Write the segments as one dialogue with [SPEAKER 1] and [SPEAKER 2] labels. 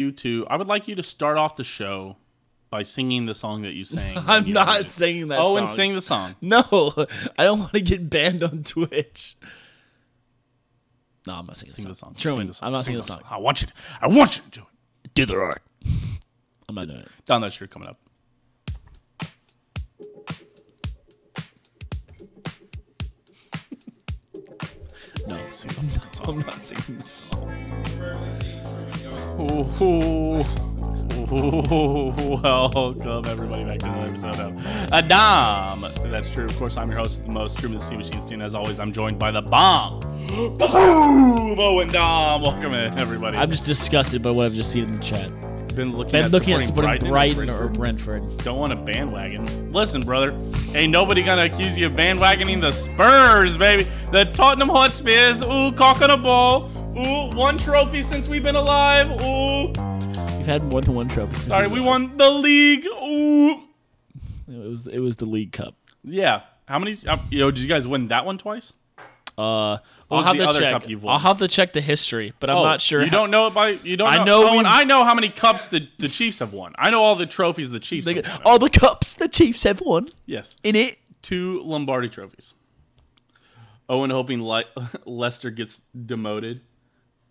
[SPEAKER 1] you to. I would like you to start off the show by singing the song that you sang. when
[SPEAKER 2] I'm
[SPEAKER 1] you
[SPEAKER 2] not
[SPEAKER 1] did.
[SPEAKER 2] singing that
[SPEAKER 1] Oh,
[SPEAKER 2] song.
[SPEAKER 1] and sing the song.
[SPEAKER 2] No, I don't want to get banned on Twitch. No, I'm not singing
[SPEAKER 1] Sing
[SPEAKER 2] the
[SPEAKER 1] the
[SPEAKER 2] song.
[SPEAKER 1] song.
[SPEAKER 2] Truman,
[SPEAKER 1] Sing the song.
[SPEAKER 2] I'm not
[SPEAKER 1] Sing
[SPEAKER 2] singing the song.
[SPEAKER 1] I want you. To, I want you to do it.
[SPEAKER 2] Do the rock. I'm not doing it.
[SPEAKER 1] Don, that's your coming up.
[SPEAKER 2] No,
[SPEAKER 1] Sing the fucking song.
[SPEAKER 2] I'm not singing the song.
[SPEAKER 1] Ooh. Ooh. Welcome everybody back to another episode of Adam. That's true. Of course, I'm your host with the most Truman the Sea Machine Steen. As always, I'm joined by the bomb. Boom! Owen Dom. Welcome in, everybody.
[SPEAKER 2] I'm just disgusted by what I've just seen in the chat.
[SPEAKER 1] been looking
[SPEAKER 2] Been
[SPEAKER 1] at
[SPEAKER 2] looking at
[SPEAKER 1] supporting
[SPEAKER 2] supporting Brighton, or Brentford.
[SPEAKER 1] Don't want a bandwagon. Listen, brother, ain't nobody gonna accuse you of bandwagoning the Spurs, baby. The Tottenham Hotspurs. Ooh, cock on a ball. Ooh, one trophy since we've been alive. Ooh,
[SPEAKER 2] You've had one to one trophy. since
[SPEAKER 1] sorry,
[SPEAKER 2] you-
[SPEAKER 1] we won the league. Ooh,
[SPEAKER 2] It was it was the League Cup.
[SPEAKER 1] yeah. How many? Uh, yo, did you guys win that one twice?
[SPEAKER 2] Uh, I'll
[SPEAKER 1] was
[SPEAKER 2] have
[SPEAKER 1] the
[SPEAKER 2] to
[SPEAKER 1] other
[SPEAKER 2] check.
[SPEAKER 1] cup you've won?
[SPEAKER 2] I'll have to check the history, but I'm not sure.
[SPEAKER 1] Oh, You
[SPEAKER 2] how-
[SPEAKER 1] don't know it by. You don't.
[SPEAKER 2] I
[SPEAKER 1] know,
[SPEAKER 2] know
[SPEAKER 1] Oh, and
[SPEAKER 2] we-
[SPEAKER 1] I know how many cups the, the Chiefs have won. I know all the trophies the Chiefs.
[SPEAKER 2] They
[SPEAKER 1] have
[SPEAKER 2] got-
[SPEAKER 1] won.
[SPEAKER 2] all the cups the Chiefs have won
[SPEAKER 1] Yes.
[SPEAKER 2] in it.
[SPEAKER 1] two Lombardi trophies. Owen hoping Le- Lester gets demoted.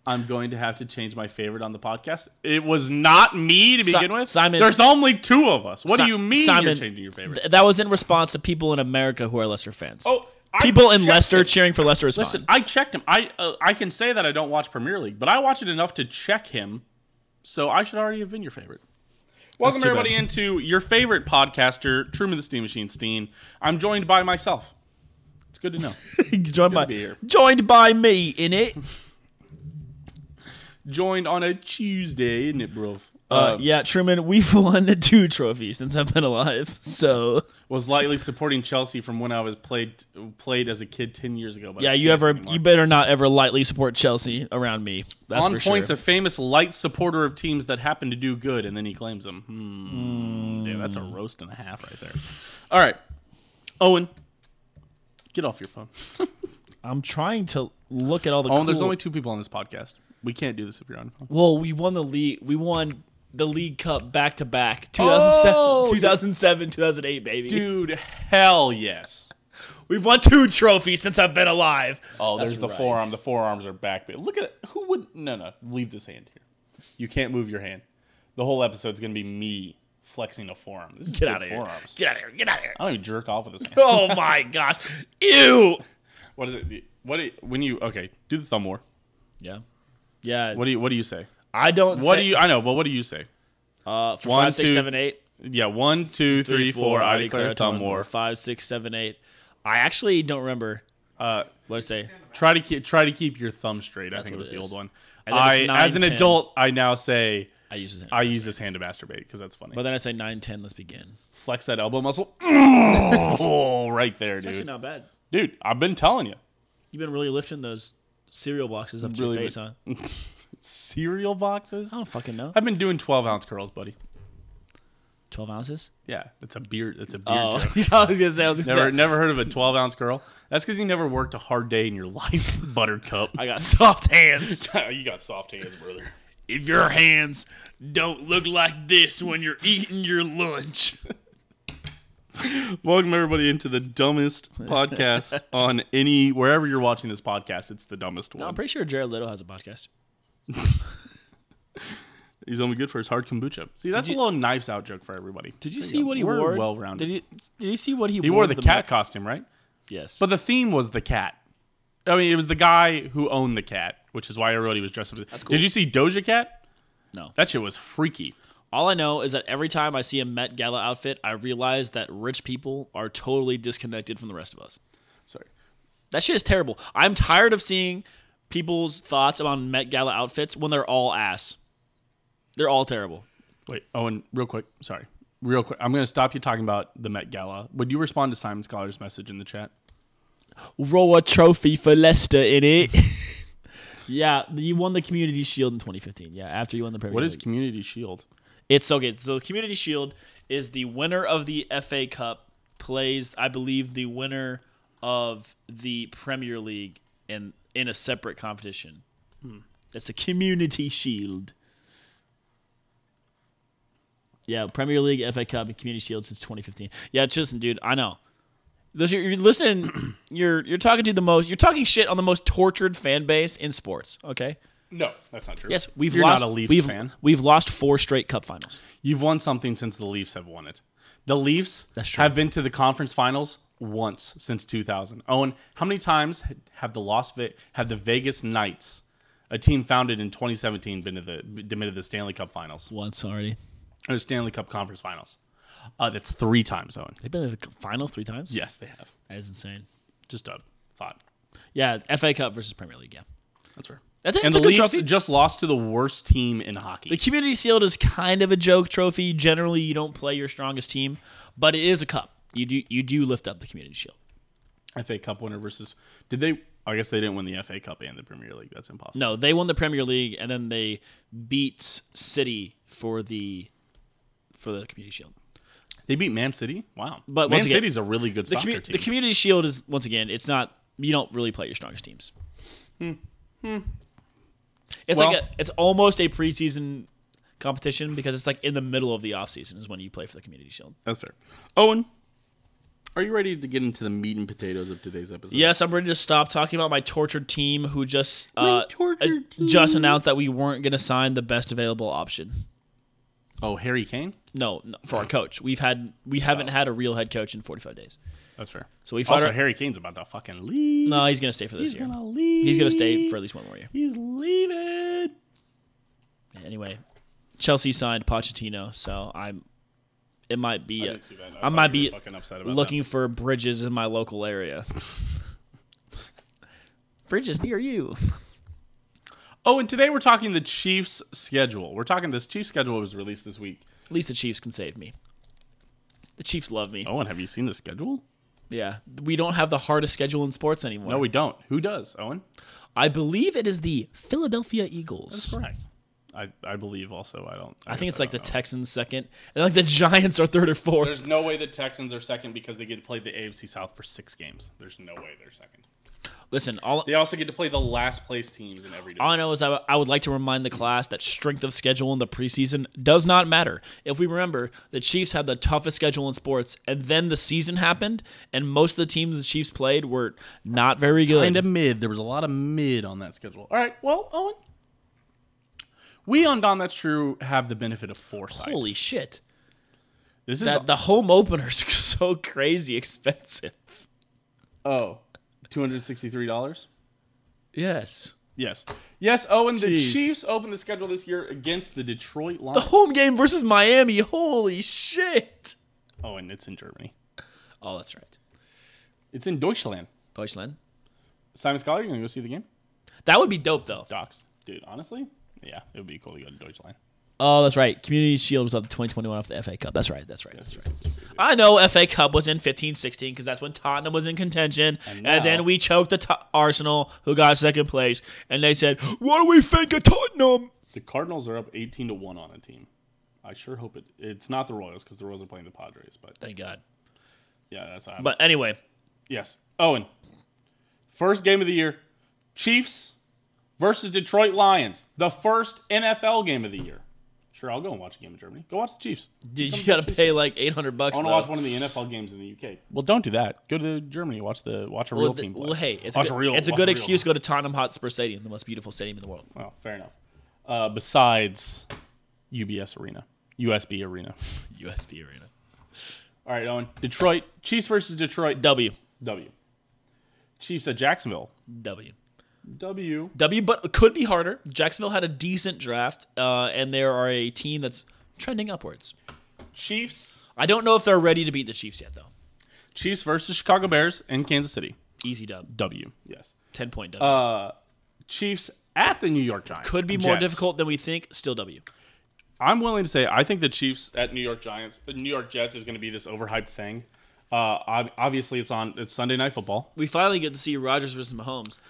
[SPEAKER 1] I'm going to have to change my favorite on the podcast. It was not me to
[SPEAKER 2] Si-
[SPEAKER 1] begin with.
[SPEAKER 2] Simon-
[SPEAKER 1] there's only two of us. What
[SPEAKER 2] Si-
[SPEAKER 1] do you mean you're
[SPEAKER 2] Simon-
[SPEAKER 1] changing your favorite?
[SPEAKER 2] Th- that was in response to people in America who are Leicester fans.
[SPEAKER 1] oh, I
[SPEAKER 2] people in
[SPEAKER 1] checked
[SPEAKER 2] Leicester
[SPEAKER 1] it.
[SPEAKER 2] cheering for Leicester is
[SPEAKER 1] Listen, I
[SPEAKER 2] fine.
[SPEAKER 1] checked him. I uh, I can say that I don't watch Premier League, but I watch it enough to check him. So I should already have been your favorite. Welcome
[SPEAKER 2] too bad.
[SPEAKER 1] everybody into your favorite podcaster, Truman the Steam Machine Steen. I'm joined by myself. It's good to know.
[SPEAKER 2] joined by
[SPEAKER 1] be here.
[SPEAKER 2] joined by me in it.
[SPEAKER 1] joined on a Tuesday, isn't it, bro? Uh,
[SPEAKER 2] Uh, yeah, Truman, we've won two trophies since I've been alive. So
[SPEAKER 1] was lightly supporting Chelsea from when I was played played as a kid ten years ago. but
[SPEAKER 2] yeah,
[SPEAKER 1] I
[SPEAKER 2] you
[SPEAKER 1] can't
[SPEAKER 2] ever
[SPEAKER 1] anymore.
[SPEAKER 2] you better not ever lightly support Chelsea around me. That's
[SPEAKER 1] on
[SPEAKER 2] for
[SPEAKER 1] points,
[SPEAKER 2] sure.
[SPEAKER 1] a famous light supporter of teams that happen to do good, and then he claims them. Hmm. Damn, that's a roast and a half right there. All right, Owen, get off your phone.
[SPEAKER 2] I'm trying to look at all the.
[SPEAKER 1] Owen, Oh, there's
[SPEAKER 2] cool-
[SPEAKER 1] only two people on this podcast. We can't do this if you're on your phone.
[SPEAKER 2] Well, we won the league. We won the League Cup back to back. 2007,
[SPEAKER 1] Oh, dude.
[SPEAKER 2] 2007, 2008, baby.
[SPEAKER 1] Dude, hell yes.
[SPEAKER 2] We've won two trophies since I've been alive.
[SPEAKER 1] Oh,
[SPEAKER 2] That's
[SPEAKER 1] there's the
[SPEAKER 2] right.
[SPEAKER 1] forearm. The forearms are back. But look at who would no no leave this hand here. You can't move your hand. The whole episode's gonna be me flexing a forearm. This is
[SPEAKER 2] Get
[SPEAKER 1] good
[SPEAKER 2] out of here.
[SPEAKER 1] Forearms.
[SPEAKER 2] Get out of here. Get out of here.
[SPEAKER 1] I don't even jerk off with this. Hand.
[SPEAKER 2] Oh my gosh. Ew.
[SPEAKER 1] What is it? What do you, when you okay? Do the thumb war.
[SPEAKER 2] Yeah. Yeah.
[SPEAKER 1] What do you What do you say?
[SPEAKER 2] I don't
[SPEAKER 1] What
[SPEAKER 2] say,
[SPEAKER 1] do you? I know, but what do you say?
[SPEAKER 2] uh for
[SPEAKER 1] One,
[SPEAKER 2] five, six,
[SPEAKER 1] two,
[SPEAKER 2] seven, eight,
[SPEAKER 1] Yeah, one, two, three, four. I declare thumb war.
[SPEAKER 2] Five, six, seven, eight. I actually don't remember
[SPEAKER 1] Uh,
[SPEAKER 2] what I say.
[SPEAKER 1] try to keep try to keep your thumb straight. I think
[SPEAKER 2] what
[SPEAKER 1] it was
[SPEAKER 2] it
[SPEAKER 1] the
[SPEAKER 2] is.
[SPEAKER 1] old one.
[SPEAKER 2] And then it's
[SPEAKER 1] I,
[SPEAKER 2] nine,
[SPEAKER 1] as an
[SPEAKER 2] 10.
[SPEAKER 1] adult, I now say
[SPEAKER 2] I use it.
[SPEAKER 1] I use this hand to masturbate because that's funny.
[SPEAKER 2] but then I say nine, ten, let's begin.
[SPEAKER 1] flex that elbow muscle. Oh, right there,
[SPEAKER 2] Actually
[SPEAKER 1] dude.
[SPEAKER 2] not bad.
[SPEAKER 1] Dude, I've been telling you.
[SPEAKER 2] You've been really lifting those cereal boxes up to
[SPEAKER 1] Really
[SPEAKER 2] your face, huh? I
[SPEAKER 1] Cereal boxes?
[SPEAKER 2] don't fucking know.
[SPEAKER 1] I've been doing 12 ounce curls, buddy.
[SPEAKER 2] Twelve ounces?
[SPEAKER 1] Yeah, it's a beard. It's a beard
[SPEAKER 2] Oh,
[SPEAKER 1] joke.
[SPEAKER 2] I was gonna say. I was gonna
[SPEAKER 1] Never,
[SPEAKER 2] say.
[SPEAKER 1] never heard of a 12 ounce curl? That's because you never worked a hard day in your life, buttercup.
[SPEAKER 2] I got soft hands.
[SPEAKER 1] you got soft hands, brother.
[SPEAKER 2] if your hands don't look like this when you're eating your lunch.
[SPEAKER 1] Welcome everybody into the dumbest podcast on any wherever you're watching this podcast. It's the dumbest one.
[SPEAKER 2] I'm pretty sure Jared Leto has a podcast.
[SPEAKER 1] He's only good for his hard kombucha. See, that's a
[SPEAKER 2] you-
[SPEAKER 1] little knives out joke for everybody.
[SPEAKER 2] Did you
[SPEAKER 1] There
[SPEAKER 2] see
[SPEAKER 1] go.
[SPEAKER 2] what he
[SPEAKER 1] We're
[SPEAKER 2] wore?
[SPEAKER 1] Well rounded.
[SPEAKER 2] Did you, did you see what he,
[SPEAKER 1] He
[SPEAKER 2] wore?
[SPEAKER 1] wore the
[SPEAKER 2] to
[SPEAKER 1] cat
[SPEAKER 2] mic?
[SPEAKER 1] costume, right?
[SPEAKER 2] Yes.
[SPEAKER 1] But the theme was the cat. I mean, it was the guy who owned the cat, which is why everybody was dressed up. That's
[SPEAKER 2] cool.
[SPEAKER 1] Did you see Doja Cat?
[SPEAKER 2] No.
[SPEAKER 1] That shit was freaky.
[SPEAKER 2] all I know is that every time I see a Met Gala outfit, I realize that rich people are totally disconnected from the rest of us.
[SPEAKER 1] Sorry.
[SPEAKER 2] That shit is terrible. I'm tired of seeing people's thoughts on Met Gala outfits when they're all ass. They're all terrible.
[SPEAKER 1] Wait, Owen, real quick. Sorry. Real quick. I'm going to stop you talking about the Met Gala. Would you respond to Simon Scholar's message in the chat?
[SPEAKER 2] Row a trophy for Leicester in it. yeah, you won the Community Shield in 2015. Yeah, after you won the Premier
[SPEAKER 1] What
[SPEAKER 2] League.
[SPEAKER 1] is Community Shield?
[SPEAKER 2] It's okay. So the Community Shield is the winner of the FA Cup plays, I believe, the winner of the Premier League in Hmm. in a separate competition. It's a Community Shield. Yeah, Premier League, FA Cup, and Community Shield since 2015. Yeah, Chisholm, dude, I know. Those you're, you're listening. You're you're talking to the most. You're talking shit on the most tortured fan base in sports. Okay.
[SPEAKER 1] No, that's not true.
[SPEAKER 2] Yes, we've
[SPEAKER 1] You're
[SPEAKER 2] lost.
[SPEAKER 1] not a Leafs
[SPEAKER 2] we've
[SPEAKER 1] fan.
[SPEAKER 2] we've lost four straight Cup finals.
[SPEAKER 1] You've won something since the Leafs have won it. The Leafs
[SPEAKER 2] That's true.
[SPEAKER 1] have been to the conference finals once since 2000. Owen, how many times have the Las Ve- have the Vegas Knights, a team founded in 2017, been to the been to the Stanley Cup Finals
[SPEAKER 2] Once already.
[SPEAKER 1] or the Stanley Cup Conference Finals? Uh, that's three times, Owen.
[SPEAKER 2] They've been to the cu- finals three times.
[SPEAKER 1] Yes, they have.
[SPEAKER 2] that is insane.
[SPEAKER 1] Just a thought.
[SPEAKER 2] Yeah, FA Cup versus Premier League. Yeah,
[SPEAKER 1] That's fair.
[SPEAKER 2] that's it.
[SPEAKER 1] And
[SPEAKER 2] it's a
[SPEAKER 1] the
[SPEAKER 2] good
[SPEAKER 1] Leafs
[SPEAKER 2] trophy.
[SPEAKER 1] just lost to the worst team in hockey.
[SPEAKER 2] The Community Shield is kind of a joke trophy. Generally, you don't play your strongest team, but it is a cup. You do you do lift up the Community Shield.
[SPEAKER 1] FA Cup winner versus did they? I guess they didn't win the FA Cup and the Premier League. That's impossible.
[SPEAKER 2] No, they won the Premier League and then they beat City for the for the Community Shield.
[SPEAKER 1] They beat Man City. Wow,
[SPEAKER 2] But
[SPEAKER 1] Man
[SPEAKER 2] once again,
[SPEAKER 1] City's a really good
[SPEAKER 2] The,
[SPEAKER 1] soccer
[SPEAKER 2] commu-
[SPEAKER 1] team.
[SPEAKER 2] the Community Shield is once again, it's not you don't really play your strongest teams. It's like
[SPEAKER 1] Hmm. Well-
[SPEAKER 2] a, it's almost a preseason competition because it's like in the middle of the offseason is when you play for the Community Shield.
[SPEAKER 1] That's fair. Owen, are you ready to get into the meat and potatoes of today's episode?
[SPEAKER 2] Yes, I'm ready to stop talking about my tortured team who just uh,
[SPEAKER 1] tortured
[SPEAKER 2] uh, just announced that we weren't going to sign the best available option.
[SPEAKER 1] Oh, Harry Kane.
[SPEAKER 2] No, no, for our coach. We've had we haven't had a real head coach in 45 days.
[SPEAKER 1] That's fair.
[SPEAKER 2] So we fought
[SPEAKER 1] Also,
[SPEAKER 2] our-
[SPEAKER 1] Harry Kane's about to fucking leave.
[SPEAKER 2] No, he's gonna stay for this
[SPEAKER 1] he's
[SPEAKER 2] year.
[SPEAKER 1] gonna leave.
[SPEAKER 2] He's gonna stay for at least one more year.
[SPEAKER 1] He's leaving.
[SPEAKER 2] Anyway, Chelsea signed Pochettino, so I'm. It might be.
[SPEAKER 1] I
[SPEAKER 2] I,
[SPEAKER 1] didn't see that. I
[SPEAKER 2] I
[SPEAKER 1] saw
[SPEAKER 2] might
[SPEAKER 1] you were
[SPEAKER 2] be
[SPEAKER 1] fucking upset about
[SPEAKER 2] looking for bridges in my local area. bridges near you.
[SPEAKER 1] Oh, and today we're talking the Chiefs' schedule. We're talking this Chiefs' schedule was released this week.
[SPEAKER 2] At least the Chiefs can save me. The Chiefs love me.
[SPEAKER 1] Owen, have you seen the schedule?
[SPEAKER 2] Yeah, we don't have the hardest schedule in sports anymore.
[SPEAKER 1] No, we don't. Who does, Owen?
[SPEAKER 2] I believe it is the Philadelphia Eagles.
[SPEAKER 1] Correct. I, I believe also. I don't.
[SPEAKER 2] I think
[SPEAKER 1] guess
[SPEAKER 2] it's like the
[SPEAKER 1] don't know.
[SPEAKER 2] Texans second, and like the Giants are third or fourth.
[SPEAKER 1] There's no way the Texans are second because they get to play the AFC South for six games. There's no way they're second.
[SPEAKER 2] Listen, all
[SPEAKER 1] They also get to play the last place teams in every
[SPEAKER 2] All
[SPEAKER 1] division.
[SPEAKER 2] I know is I, I would like to remind the class that strength of schedule in the preseason does not matter. If we remember, the Chiefs had the toughest schedule in sports, and then the season happened, and most of the teams the Chiefs played were not very good.
[SPEAKER 1] of mid. There was a lot of mid on that schedule. All right. Well, Owen, we on Don That's True have the benefit of foresight.
[SPEAKER 2] Holy shit!
[SPEAKER 1] this is
[SPEAKER 2] That the home opener's so crazy expensive.
[SPEAKER 1] oh, two hundred sixty-three dollars.
[SPEAKER 2] Yes,
[SPEAKER 1] Yes, yes, Owen. The
[SPEAKER 2] Jeez.
[SPEAKER 1] Chiefs opened the schedule this year against the Detroit
[SPEAKER 2] the
[SPEAKER 1] Lions.
[SPEAKER 2] home game versus Miami. Holy shit!
[SPEAKER 1] Oh, and it's in Germany.
[SPEAKER 2] Oh, that's right,
[SPEAKER 1] It's in Deutschland.
[SPEAKER 2] Deutschland.
[SPEAKER 1] Simon Scholar, you gonna go see the game?
[SPEAKER 2] That would be dope though.
[SPEAKER 1] Docs, dude. Honestly, yeah, it would be cool to go to Deutschland.
[SPEAKER 2] Oh, that's right. Community Shield was up to 2021 off the FA Cup. That's right. That's right. That's right.
[SPEAKER 1] Yes, yes, yes, yes.
[SPEAKER 2] I know FA Cup was in 15 16 because that's when Tottenham was in contention. And,
[SPEAKER 1] now-
[SPEAKER 2] then we choked the to- Arsenal, who got second place. And they said, What do we think of Tottenham?
[SPEAKER 1] The Cardinals are up eighteen to one on a team. I sure hope it. It's not the Royals because the Royals are playing the Padres, but
[SPEAKER 2] Thank God.
[SPEAKER 1] yeah, that's how.
[SPEAKER 2] But anyway,
[SPEAKER 1] yes, Owen. First game of the year, Chiefs versus Detroit Lions. The first NFL game of the year. Sure, I'll go and watch a game in Germany. Go watch the Chiefs.
[SPEAKER 2] dude, you got to pay like 800 bucks.
[SPEAKER 1] I want
[SPEAKER 2] though.
[SPEAKER 1] to watch one of the NFL games in the UK. Well, don't do that. Go to Germany. Watch the watch a real
[SPEAKER 2] well, th-
[SPEAKER 1] team. Play.
[SPEAKER 2] well, hey, it's a
[SPEAKER 1] Watch
[SPEAKER 2] good,
[SPEAKER 1] real-
[SPEAKER 2] it's a
[SPEAKER 1] watch
[SPEAKER 2] good
[SPEAKER 1] real
[SPEAKER 2] excuse to go to Tottenham Hotspur Stadium, the most beautiful stadium in the world.
[SPEAKER 1] Well, fair enough. Uh, besides UBS Arena, USB Arena.
[SPEAKER 2] USB Arena.
[SPEAKER 1] All right, Owen. Detroit Chiefs versus Detroit
[SPEAKER 2] W.
[SPEAKER 1] W. Chiefs at Jacksonville
[SPEAKER 2] W.
[SPEAKER 1] W.
[SPEAKER 2] W, but it could be harder. Jacksonville had a decent draft, uh, and there are a team that's trending upwards.
[SPEAKER 1] Chiefs
[SPEAKER 2] I don't know if they're ready to beat the Chiefs yet, though.
[SPEAKER 1] Chiefs versus Chicago Bears in Kansas City
[SPEAKER 2] Easy dub.
[SPEAKER 1] W. Yes.
[SPEAKER 2] 10 point dub.
[SPEAKER 1] Chiefs at the New York Giants
[SPEAKER 2] could be more
[SPEAKER 1] Jets.
[SPEAKER 2] difficult than we think. Still W.
[SPEAKER 1] I'm willing to say I think the Chiefs at New York Giants, the New York Jets is going to be this overhyped thing. Uh, ob- obviously, it's on it's Sunday Night Football.
[SPEAKER 2] We finally get to see Rogers versus Mahomes.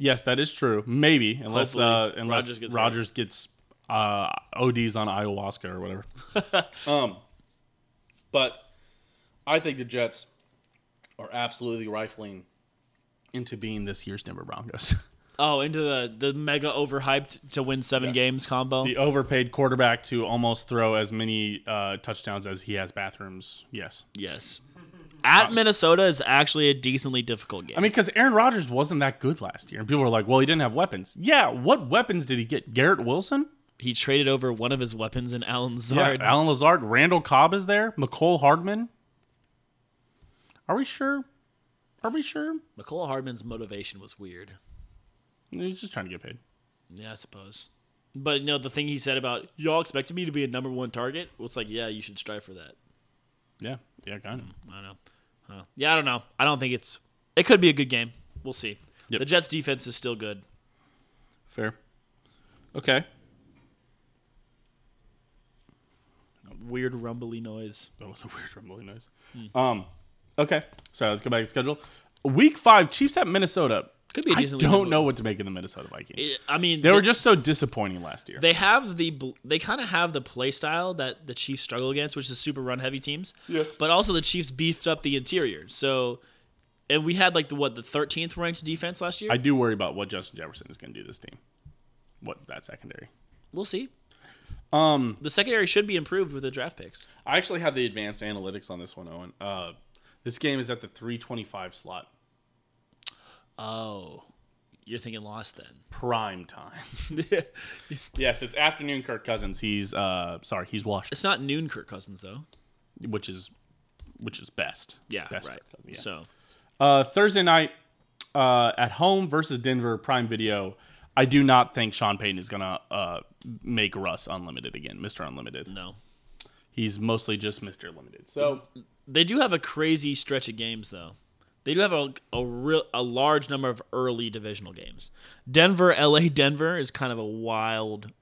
[SPEAKER 1] Yes, that is true. Maybe unless uh,
[SPEAKER 2] Hopefully,
[SPEAKER 1] unless
[SPEAKER 2] Rodgers
[SPEAKER 1] Rogers
[SPEAKER 2] gets
[SPEAKER 1] gets, uh, ODs on ayahuasca or whatever. um, but I think the Jets are absolutely rifling into being this year's Denver Broncos.
[SPEAKER 2] Oh, into the the mega overhyped to win seven
[SPEAKER 1] Yes.
[SPEAKER 2] games combo.
[SPEAKER 1] The overpaid quarterback to almost throw as many uh, touchdowns as he has bathrooms. Yes.
[SPEAKER 2] yes. At Minnesota is actually a decently difficult game.
[SPEAKER 1] I mean, because Aaron Rodgers wasn't that good last year, and people were like, "Well, he didn't have weapons." Yeah, what weapons did he get? Garrett Wilson,
[SPEAKER 2] he traded over one of his weapons in Alan
[SPEAKER 1] yeah,
[SPEAKER 2] Zard.
[SPEAKER 1] Alan Lazard, Randall Cobb is there, McCole Hardman. Are we sure? Are we sure?
[SPEAKER 2] McCullough Hardman's motivation was weird.
[SPEAKER 1] He's just trying to get paid.
[SPEAKER 2] Yeah, I suppose. But you know, the thing he said about y'all expected me to be a number one target. Well, it's like, yeah, you should strive for that.
[SPEAKER 1] Yeah, yeah, kind of.
[SPEAKER 2] I don't know. Huh. Yeah, I don't know. I don't think it's. It could be a good game. We'll see.
[SPEAKER 1] Yep.
[SPEAKER 2] The Jets defense is still good.
[SPEAKER 1] Fair. Okay.
[SPEAKER 2] Weird rumbly noise.
[SPEAKER 1] That was a weird rumbling noise.
[SPEAKER 2] Hmm.
[SPEAKER 1] Um, okay. Sorry, let's go back to schedule. Week five, Chiefs at Minnesota.
[SPEAKER 2] Could be a
[SPEAKER 1] I
[SPEAKER 2] decently
[SPEAKER 1] don't
[SPEAKER 2] difficult-
[SPEAKER 1] know what to make of the Minnesota Vikings.
[SPEAKER 2] It- I mean,
[SPEAKER 1] they were just so disappointing last year.
[SPEAKER 2] They have the bl- they kind of have the play style that the Chiefs struggle against, which is super run heavy teams.
[SPEAKER 1] Yes.
[SPEAKER 2] But also the Chiefs beefed up the interior. So, and we had like the what the 13th ranked defense last year.
[SPEAKER 1] I do worry about what Justin Jefferson is going to do this team. What that secondary.
[SPEAKER 2] we'll see.
[SPEAKER 1] Um,
[SPEAKER 2] The secondary should be improved with the draft picks.
[SPEAKER 1] I actually have the advanced analytics on this one, Owen. Uh, this game is at the 325 slot,
[SPEAKER 2] Oh, you're thinking lost then.
[SPEAKER 1] prime time. yes, it's afternoon. Kirk Cousins. He's uh, sorry, he's washed,
[SPEAKER 2] it's not noon Kirk Cousins though.
[SPEAKER 1] which is, which is best.
[SPEAKER 2] Yeah,
[SPEAKER 1] Best
[SPEAKER 2] right.
[SPEAKER 1] Kirk Cousins, yeah.
[SPEAKER 2] So
[SPEAKER 1] Uh, Thursday night uh, at home versus Denver Prime Video. I do not think Sean Payton is gonna uh, make Russ unlimited again, Mister Unlimited.
[SPEAKER 2] no,
[SPEAKER 1] He's mostly just Mister Limited. So
[SPEAKER 2] they do have a crazy stretch of games though. They do have a a real a large number of early divisional games. Denver, LA, Denver is kind of a wild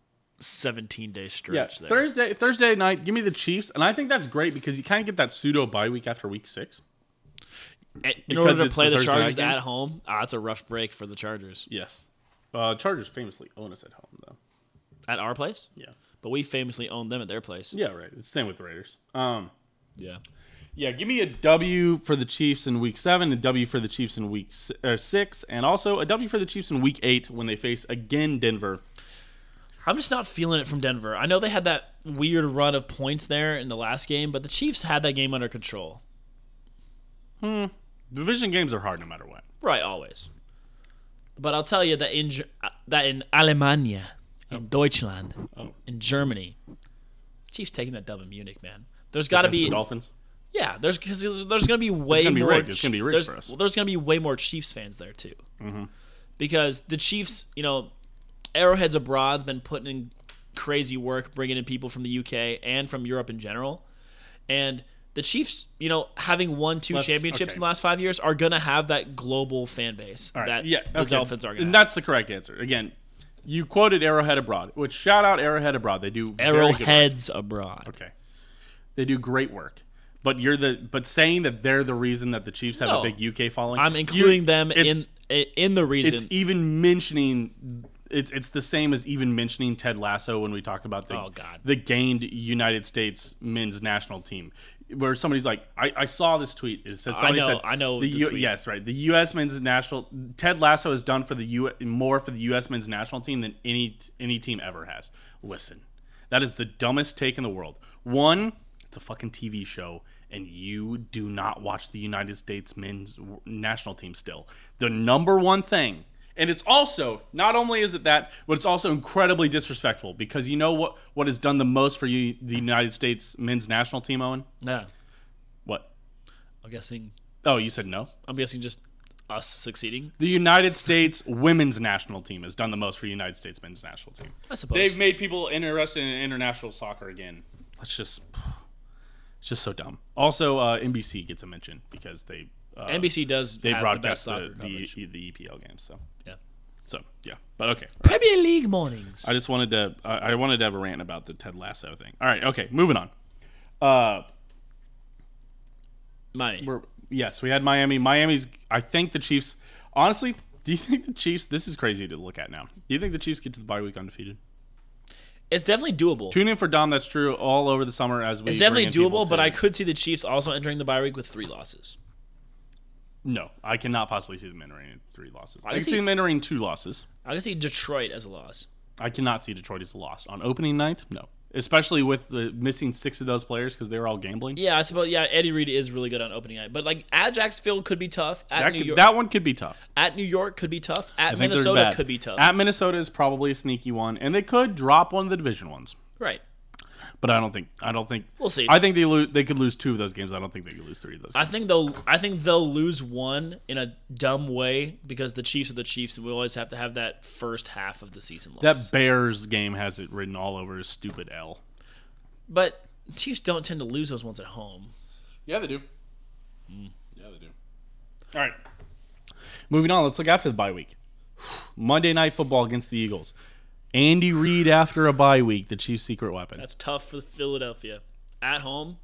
[SPEAKER 2] 17 day
[SPEAKER 1] yeah,
[SPEAKER 2] stretch there.
[SPEAKER 1] Thursday Thursday night, give me the Chiefs, and I think that's great because you kind of get that pseudo bye week after week six.
[SPEAKER 2] A- In
[SPEAKER 1] because
[SPEAKER 2] order to
[SPEAKER 1] it's
[SPEAKER 2] play
[SPEAKER 1] the
[SPEAKER 2] the,
[SPEAKER 1] Thursday night
[SPEAKER 2] Chargers
[SPEAKER 1] game?
[SPEAKER 2] at home, ah, it's a rough break for the Chargers
[SPEAKER 1] Yes, uh, Chargers famously own us at home though.
[SPEAKER 2] at our place.
[SPEAKER 1] Yeah,
[SPEAKER 2] But we famously owned them at their place.
[SPEAKER 1] yeah, right. It's the same with the Raiders. Um,
[SPEAKER 2] Yeah.
[SPEAKER 1] Yeah, give me a W for the Chiefs in week seven, a W for the Chiefs in week s- uh, six, and also a W for the Chiefs in week eight when they face again Denver.
[SPEAKER 2] I'm just not feeling it from Denver. I know they had that weird run of points there in the last game, but the Chiefs had that game under control.
[SPEAKER 1] Division games are hard no matter what.
[SPEAKER 2] Right, always. But I'll tell you that in Ge- uh, that in Alemania, in Deutschland,
[SPEAKER 1] Oh.
[SPEAKER 2] in Germany, Chiefs taking that dub in Munich, man. There's got to be
[SPEAKER 1] The Dolphins.
[SPEAKER 2] yeah. There's because there's, there's going to be way
[SPEAKER 1] gonna be
[SPEAKER 2] more.
[SPEAKER 1] rigged. It's gonna be
[SPEAKER 2] Ch-
[SPEAKER 1] rigged
[SPEAKER 2] there's-
[SPEAKER 1] for us.
[SPEAKER 2] Well, there's going to be way more Chiefs fans there too, mm-hmm. because the Chiefs, you know, Arrowheads abroad's been putting in crazy work, bringing in people from the UK and from Europe in general, and. The Chiefs, you know, having won 2
[SPEAKER 1] Let's-
[SPEAKER 2] championships
[SPEAKER 1] okay.
[SPEAKER 2] in the last five years, are gonna have that global fan base
[SPEAKER 1] All right,
[SPEAKER 2] that
[SPEAKER 1] yeah,
[SPEAKER 2] the
[SPEAKER 1] okay.
[SPEAKER 2] Dolphins are gonna.
[SPEAKER 1] And
[SPEAKER 2] Have.
[SPEAKER 1] that's the correct answer. Again, you quoted Arrowhead Abroad, which shout out Arrowhead Abroad. They do very good work.
[SPEAKER 2] Arrowheads abroad.
[SPEAKER 1] Okay, they do great work. But you're the but saying that they're the reason that the Chiefs have
[SPEAKER 2] No.
[SPEAKER 1] a big UK following.
[SPEAKER 2] I'm
[SPEAKER 1] you-
[SPEAKER 2] including them in
[SPEAKER 1] it's-
[SPEAKER 2] in the
[SPEAKER 1] it's
[SPEAKER 2] reason.
[SPEAKER 1] even mentioning it's it's the same as even mentioning Ted Lasso when we talk about the
[SPEAKER 2] Oh, God.
[SPEAKER 1] the gained United States men's national team. Where somebody's like, I, I saw this tweet. It said somebody
[SPEAKER 2] know-
[SPEAKER 1] said
[SPEAKER 2] I know
[SPEAKER 1] the,
[SPEAKER 2] the
[SPEAKER 1] U-
[SPEAKER 2] tweet.
[SPEAKER 1] yes, right. The US men's national Ted Lasso has done for the U more for the US men's national team than any any team ever has. Listen. That is the dumbest take in the world. One, it's a fucking TV show, and you do not watch the United States men's w- national team still. The number one thing, and it's also, not only is it that, but it's also incredibly disrespectful because you know what, what has done the most for you, the United States men's national team, Owen?
[SPEAKER 2] no,
[SPEAKER 1] What?
[SPEAKER 2] I'm guessing.
[SPEAKER 1] Oh, you said no?
[SPEAKER 2] I'm guessing just us succeeding.
[SPEAKER 1] The United States women's national team has done the most for the United States men's national team.
[SPEAKER 2] I suppose.
[SPEAKER 1] They've made people interested in international soccer again. That's just, it's just so dumb. Also, uh, NBC gets a mention because they uh,
[SPEAKER 2] NBC does.
[SPEAKER 1] they
[SPEAKER 2] have the best
[SPEAKER 1] broadcast
[SPEAKER 2] soccer
[SPEAKER 1] the, the,
[SPEAKER 2] coverage.
[SPEAKER 1] the, EPL games. So
[SPEAKER 2] yeah.
[SPEAKER 1] so yeah, but okay.
[SPEAKER 2] Premier League mornings.
[SPEAKER 1] I just wanted to I I wanted to have a rant about the Ted Lasso thing. All right, okay, moving on. Uh,
[SPEAKER 2] My
[SPEAKER 1] we're yes, we had Miami. Miami's. I think the Chiefs. Honestly, do you think the Chiefs? This is crazy to look at now. Do you think the Chiefs get to the bye week undefeated?
[SPEAKER 2] it's definitely doable.
[SPEAKER 1] Tune in for Dom. That's true. All over the summer as we.
[SPEAKER 2] It's definitely
[SPEAKER 1] bring in people
[SPEAKER 2] doable, but
[SPEAKER 1] to-
[SPEAKER 2] I could see the Chiefs also entering the bye week with three losses.
[SPEAKER 1] No, I cannot possibly see them entering three losses. I,
[SPEAKER 2] I
[SPEAKER 1] can
[SPEAKER 2] see-
[SPEAKER 1] see them entering two losses.
[SPEAKER 2] I can see Detroit as a loss.
[SPEAKER 1] I cannot see Detroit as a loss on opening night. No, especially with the missing six of those players because they were all gambling.
[SPEAKER 2] Yeah, I suppose. Yeah, Eddie Reed is really good on opening night, but like at Jacksonville could be tough. At
[SPEAKER 1] That,
[SPEAKER 2] New
[SPEAKER 1] could,
[SPEAKER 2] York,
[SPEAKER 1] that one could be tough.
[SPEAKER 2] at New York could be tough. At
[SPEAKER 1] I think they're
[SPEAKER 2] Minnesota
[SPEAKER 1] bad.
[SPEAKER 2] could be tough.
[SPEAKER 1] At Minnesota is probably a sneaky one, and they could drop one of the division ones.
[SPEAKER 2] right.
[SPEAKER 1] But I don't think. I don't think.
[SPEAKER 2] We'll see.
[SPEAKER 1] I think they lose. They could lose two of those games. I don't think they could lose three of those.
[SPEAKER 2] I think they'll. I think they'll lose one in a dumb way because the Chiefs are the Chiefs, and we always have to have that first half of the season loss.
[SPEAKER 1] that Bears game has it written all over his stupid L.
[SPEAKER 2] but Chiefs don't tend to lose those ones at home.
[SPEAKER 1] Yeah, they do.
[SPEAKER 3] Yeah, they do.
[SPEAKER 1] Mm. All right. Moving on, let's look after the bye week. Monday night football against the Eagles. Andy Reid after a bye week, the Chiefs' secret weapon.
[SPEAKER 2] That's tough for Philadelphia at home.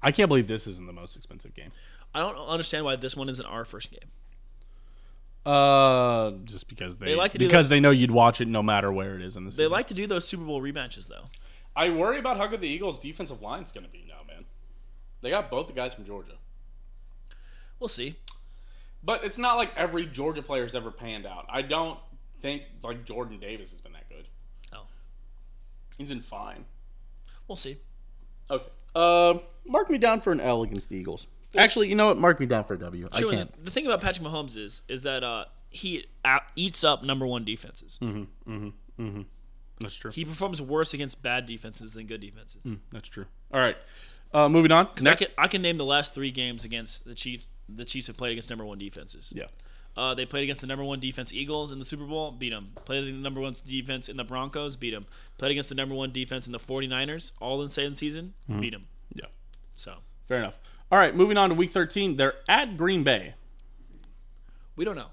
[SPEAKER 1] I can't believe this isn't the most expensive game.
[SPEAKER 2] I don't understand why this one isn't our first game.
[SPEAKER 1] Uh, just because they,
[SPEAKER 2] They like to do
[SPEAKER 1] because
[SPEAKER 2] this-
[SPEAKER 1] they know you'd watch it no matter where it is in the
[SPEAKER 2] They
[SPEAKER 1] season.
[SPEAKER 2] like to do those Super Bowl rematches though.
[SPEAKER 3] I worry about how good the Eagles' defensive line's going to be now, man. They got both the guys from Georgia.
[SPEAKER 2] We'll see.
[SPEAKER 3] But it's not like every Georgia player's ever panned out. I don't think like Jordan Davis has been that good.
[SPEAKER 2] Oh,
[SPEAKER 3] He's been fine.
[SPEAKER 2] we'll see.
[SPEAKER 3] Okay.
[SPEAKER 4] Uh, mark me down for an L against the Eagles. Actually, you know what? Mark me down for a W. I
[SPEAKER 2] Sure,
[SPEAKER 4] can't.
[SPEAKER 2] The, the thing about Patrick Mahomes is is that uh, he out, eats up number one defenses.
[SPEAKER 1] Hmm. That's true.
[SPEAKER 2] He performs worse against bad defenses than good defenses.
[SPEAKER 1] That's true. All right. Uh, moving on.
[SPEAKER 2] I,
[SPEAKER 1] Hmm. Next.
[SPEAKER 2] can, I can name the last three games against the Chiefs. The Chiefs have played against number one defenses.
[SPEAKER 1] Yeah.
[SPEAKER 2] Uh, they played against the number one defense Eagles in the Super Bowl, beat them. Played the number one defense in the Broncos, beat them. Played against the number one defense in the 49ers, all in the same season,
[SPEAKER 1] Hmm.
[SPEAKER 2] beat them.
[SPEAKER 1] Yeah.
[SPEAKER 2] So
[SPEAKER 1] Fair enough. All right. Moving on to week 13. They're at Green Bay.
[SPEAKER 2] we don't know.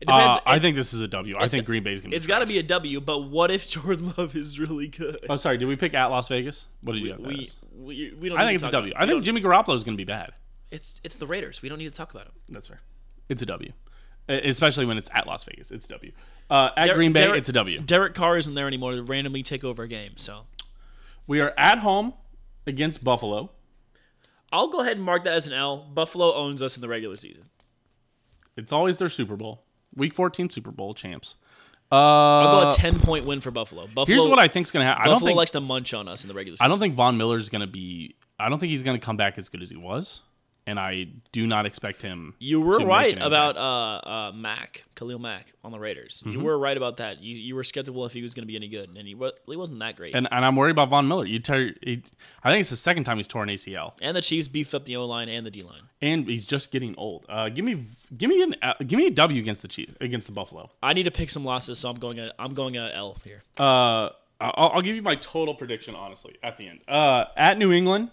[SPEAKER 2] It
[SPEAKER 1] Uh,
[SPEAKER 2] depends.
[SPEAKER 1] I think this is a W. I think Green Bay's going to
[SPEAKER 2] it's got to be a W, but what if Jordan Love is really good?
[SPEAKER 1] Oh, sorry. Did we pick at Las Vegas? What did you have? that
[SPEAKER 2] we,
[SPEAKER 1] as?
[SPEAKER 2] we, we don't
[SPEAKER 1] I think
[SPEAKER 2] need
[SPEAKER 1] it's
[SPEAKER 2] to
[SPEAKER 1] a
[SPEAKER 2] talk
[SPEAKER 1] W.
[SPEAKER 2] about
[SPEAKER 1] I
[SPEAKER 2] it.
[SPEAKER 1] think Jimmy Garoppolo is going to be bad.
[SPEAKER 2] It's it's the Raiders. We don't need to talk about them.
[SPEAKER 1] That's fair. It's a W, E- especially when it's at Las Vegas. It's a W. Uh, at
[SPEAKER 2] Der-
[SPEAKER 1] Green Bay,
[SPEAKER 2] Der-
[SPEAKER 1] it's a W.
[SPEAKER 2] Derek Carr isn't there anymore to randomly take over a game. So
[SPEAKER 1] We are at home against Buffalo.
[SPEAKER 2] I'll go ahead and mark that as an L. Buffalo owns us in the regular season.
[SPEAKER 1] It's always their Super Bowl, Week 14 Super Bowl champs.
[SPEAKER 2] I'll
[SPEAKER 1] Uh,
[SPEAKER 2] go a ten point win for Buffalo. Buffalo.
[SPEAKER 1] here's what I think's going to happen. I don't
[SPEAKER 2] Buffalo
[SPEAKER 1] think
[SPEAKER 2] likes to munch on us in the regular season.
[SPEAKER 1] I don't think Von Miller's going to be. I don't think he's going to come back as good as he was, and I do not expect him.
[SPEAKER 2] you
[SPEAKER 1] to
[SPEAKER 2] were
[SPEAKER 1] make
[SPEAKER 2] right
[SPEAKER 1] an
[SPEAKER 2] about
[SPEAKER 1] impact.
[SPEAKER 2] uh, uh, Mac Khalil Mack on the Raiders.
[SPEAKER 1] Mm-hmm.
[SPEAKER 2] You were right about that. You, you were skeptical if he was going to be any good, and he, wa- he wasn't that great. And,
[SPEAKER 1] and and I'm worried about Von Miller. You tear. He, I think it's the second time he's torn ACL.
[SPEAKER 2] the Chiefs beefed up the O line and the D line.
[SPEAKER 1] and he's just getting old. Uh, give me, give me an, uh, give me a W against the Chiefs, against the Buffalo.
[SPEAKER 2] I need to pick some losses, so I'm going. A, I'm going a L here.
[SPEAKER 1] Uh, I'll, I'll give you my total prediction honestly at the end. Uh, at New England,